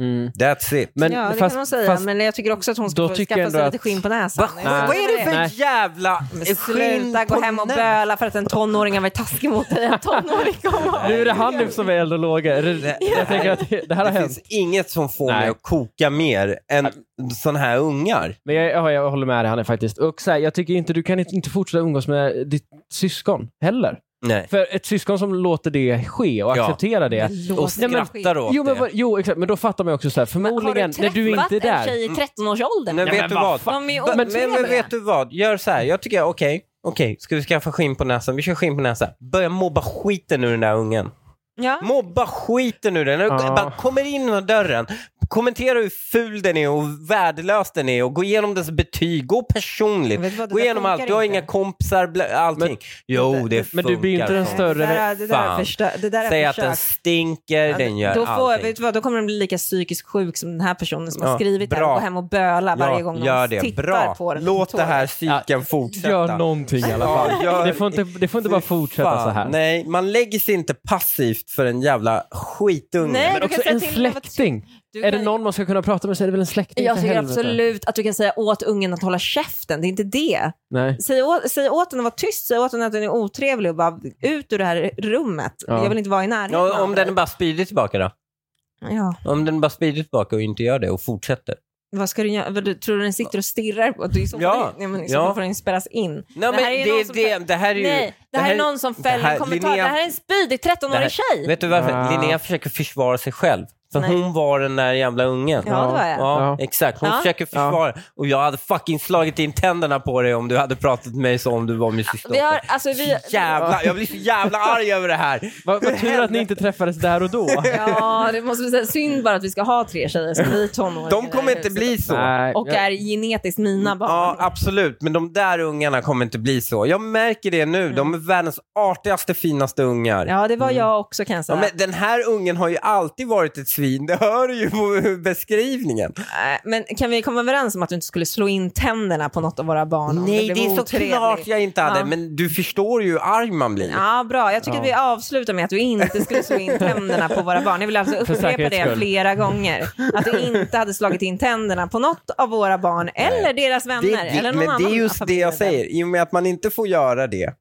Speaker 1: Mm.
Speaker 2: That's it.
Speaker 1: Men
Speaker 3: ja, det
Speaker 1: fast,
Speaker 3: kan hon säga.
Speaker 1: fast,
Speaker 3: men jag tycker också att hon
Speaker 1: Då
Speaker 3: ska få
Speaker 1: tycker
Speaker 3: skaffa
Speaker 1: jag
Speaker 3: sig
Speaker 1: ändå
Speaker 3: lite
Speaker 1: att-
Speaker 3: skinn på näsan.
Speaker 2: Va- Vad är det för
Speaker 1: Nej.
Speaker 2: jävla
Speaker 3: Men
Speaker 2: skinn
Speaker 3: Sluta gå
Speaker 2: på
Speaker 3: hem och
Speaker 2: nä-
Speaker 3: böla för att en tonåring har varit taskig mot dig. En tonåring kommer
Speaker 1: nu är det han nu som är eld och låga. Är det-
Speaker 2: Det-
Speaker 1: Jag tänker att det, det här har
Speaker 2: Det
Speaker 1: hänt.
Speaker 2: finns inget som får
Speaker 1: Nej.
Speaker 2: mig att koka mer än sådana här ungar.
Speaker 1: Men jag, jag, jag håller med dig, han är faktiskt. Och så här, jag tycker inte du kan inte, inte fortsätta umgås med ditt syskon heller.
Speaker 2: Nej.
Speaker 1: För ett syskon som låter det ske och
Speaker 2: Ja.
Speaker 1: accepterar det.
Speaker 2: Och
Speaker 1: Nej, men-
Speaker 2: skrattar åt
Speaker 1: Jo, men,
Speaker 2: det.
Speaker 1: vad- jo, exakt. Men då fattar man ju också så här, förmodligen, när du inte är
Speaker 3: en
Speaker 1: där.
Speaker 3: tjej i 13-årsåldern?
Speaker 2: Men
Speaker 1: Ja,
Speaker 2: vet
Speaker 1: men
Speaker 2: du
Speaker 1: vad
Speaker 2: vad?
Speaker 1: fan.
Speaker 3: De är ju
Speaker 2: Men, men, men
Speaker 3: otrevliga.
Speaker 2: vet du vad? Gör så här. Jag tycker, okej, okej, ska vi skaffa skinn på näsan? Vi kör skinn på näsan. Börja mobba skiten ur den där ungen.
Speaker 3: Ja.
Speaker 2: Mobba skiten ur den. När du
Speaker 1: Ja.
Speaker 2: bara kommer in genom dörren, kommentera hur ful den är och värdelös den är och gå igenom dess betyg. Gå personligt.
Speaker 3: Vet du vad, det
Speaker 2: Gå
Speaker 3: där
Speaker 2: igenom allt.
Speaker 3: funkar
Speaker 2: Du har
Speaker 3: inte.
Speaker 2: inga kompisar, bla- allting.
Speaker 1: Men-
Speaker 2: jo, det
Speaker 1: Men du blir ju inte
Speaker 2: funkar
Speaker 1: den
Speaker 2: fan.
Speaker 1: större-
Speaker 3: Det där, det där är
Speaker 2: Fan.
Speaker 3: förstö- det där är
Speaker 2: Säg att
Speaker 3: försök.
Speaker 2: den stinker,
Speaker 3: Ja,
Speaker 2: den gör
Speaker 3: då, får,
Speaker 2: allting.
Speaker 3: vet du vad, då kommer den bli lika psykiskt sjuk som den här personen som
Speaker 2: Ja,
Speaker 3: har skrivit det
Speaker 2: bra.
Speaker 3: här och gå hem och böla varje gång
Speaker 2: gör
Speaker 3: någon
Speaker 2: det.
Speaker 3: tittar
Speaker 2: Bra.
Speaker 3: på den.
Speaker 2: Låt det här psyken
Speaker 1: Ja,
Speaker 2: fortsätta.
Speaker 1: Gör någonting i alla fall.
Speaker 2: Ja, gör-
Speaker 1: Det får inte, det får inte bara
Speaker 2: Fy
Speaker 1: fortsätta
Speaker 2: fan.
Speaker 1: så här.
Speaker 2: Nej, man lägger sig inte passivt för en jävla skitunge.
Speaker 3: Nej,
Speaker 1: Men
Speaker 3: du kan
Speaker 1: också
Speaker 3: säga
Speaker 1: en
Speaker 3: till dem att-
Speaker 1: släkting.
Speaker 3: Du
Speaker 1: Är det någon man ska kunna prata med så är det väl en släkting
Speaker 3: Jag
Speaker 1: för
Speaker 3: tycker
Speaker 1: helvete.
Speaker 3: absolut att du kan säga åt ungen att hålla käften. Det är inte det.
Speaker 1: Nej.
Speaker 3: Säg åt, säg åt den att vara tyst, säg åt den att den är otrevlig och bara ut ur det här rummet.
Speaker 1: Ja.
Speaker 3: Jag vill inte vara i närheten
Speaker 2: Ja, om
Speaker 3: av
Speaker 2: den
Speaker 3: dig.
Speaker 2: bara spyr tillbaka då?
Speaker 3: Ja.
Speaker 2: Om den bara spyr tillbaka och inte gör det och fortsätter?
Speaker 3: Vad ska du göra? Vad du- Tror du den sitter och stirrar på du, i så fall-
Speaker 2: Ja.
Speaker 3: Nej, men i så
Speaker 2: Ja.
Speaker 3: fall får den spärras in.
Speaker 2: Nej,
Speaker 3: Det här är ju
Speaker 2: men det,
Speaker 3: någon
Speaker 2: är
Speaker 3: som-
Speaker 2: det, det här är ju...
Speaker 3: Nej, det här är någon som fäller
Speaker 2: här-
Speaker 3: en kommentar.
Speaker 2: Linnea-
Speaker 3: Det här är en spydig 13-årig tjej.
Speaker 2: Vet du varför?
Speaker 1: Ja.
Speaker 2: Linnea försöker försvara sig själv. För
Speaker 3: Nej.
Speaker 2: hon var den där jävla ungen.
Speaker 3: Ja, det var jag.
Speaker 2: Ja,
Speaker 1: Ja.
Speaker 2: exakt. Hon
Speaker 3: Ja.
Speaker 2: försöker försvara. Och jag hade fucking slagit in tänderna på dig om du hade pratat med mig så om du var min syster.
Speaker 3: Vi har, alltså, vi,
Speaker 2: Jävla, jag blir så jävla arg över det här.
Speaker 1: Vad vad tur att ni inte träffades där och då.
Speaker 3: ja, det måste vi säga. Synd bara att vi ska ha tre tjejer som blir tonåringar.
Speaker 2: De kommer
Speaker 3: i
Speaker 2: inte
Speaker 3: huset.
Speaker 2: bli så.
Speaker 1: Nej,
Speaker 3: Och
Speaker 1: jag-
Speaker 3: är genetiskt mina barn.
Speaker 2: Ja, absolut. Men de där ungarna kommer inte bli så. Jag märker det nu. De är världens artigaste, finaste ungar.
Speaker 3: Mm. Ja, det var
Speaker 1: Mm.
Speaker 3: jag också kan jag
Speaker 2: Ja,
Speaker 3: säga.
Speaker 2: men den här ungen har ju alltid varit ett svin. Det hör du ju på beskrivningen.
Speaker 3: Nej, Äh, men, kan vi komma överens om att du inte skulle slå in tänderna på något av våra barn om
Speaker 2: Nej,
Speaker 3: blev
Speaker 2: det är
Speaker 3: otrevligt?
Speaker 2: såklart jag inte hade.
Speaker 3: Ja.
Speaker 2: Men du förstår ju hur arg man blir.
Speaker 3: Ja, bra. Jag tycker att vi avslutar med att du inte skulle slå in tänderna på våra barn. Jag vill alltså upprepa
Speaker 1: säkerhets
Speaker 3: det
Speaker 1: skull.
Speaker 3: flera gånger. Att du inte hade slagit in tänderna på något av våra barn eller deras vänner.
Speaker 2: Det,
Speaker 3: eller
Speaker 2: det,
Speaker 3: någon
Speaker 2: men det är
Speaker 3: annan
Speaker 2: just det jag
Speaker 3: familjemedlem.
Speaker 2: säger. I och med att man inte får göra det,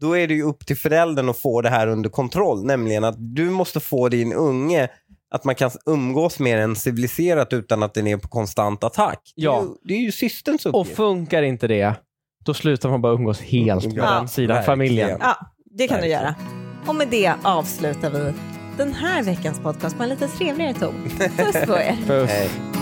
Speaker 2: då är det ju upp till föräldern att få det här under kontroll. Nämligen att du måste få din unge att man kan umgås med den civiliserat utan att den är på konstant attack. Det,
Speaker 1: Ja.
Speaker 2: är ju, det är ju systerns
Speaker 1: Och
Speaker 2: uppgift.
Speaker 1: funkar inte det, då slutar man bara umgås helt med
Speaker 2: Ja,
Speaker 1: den sidan av
Speaker 2: verkligen.
Speaker 1: familjen.
Speaker 3: Ja, det kan du
Speaker 2: Verkligen.
Speaker 3: göra. Och med det avslutar vi den här veckans podcast på en lite trevligare ton. Puss på er.
Speaker 1: För
Speaker 2: Nej.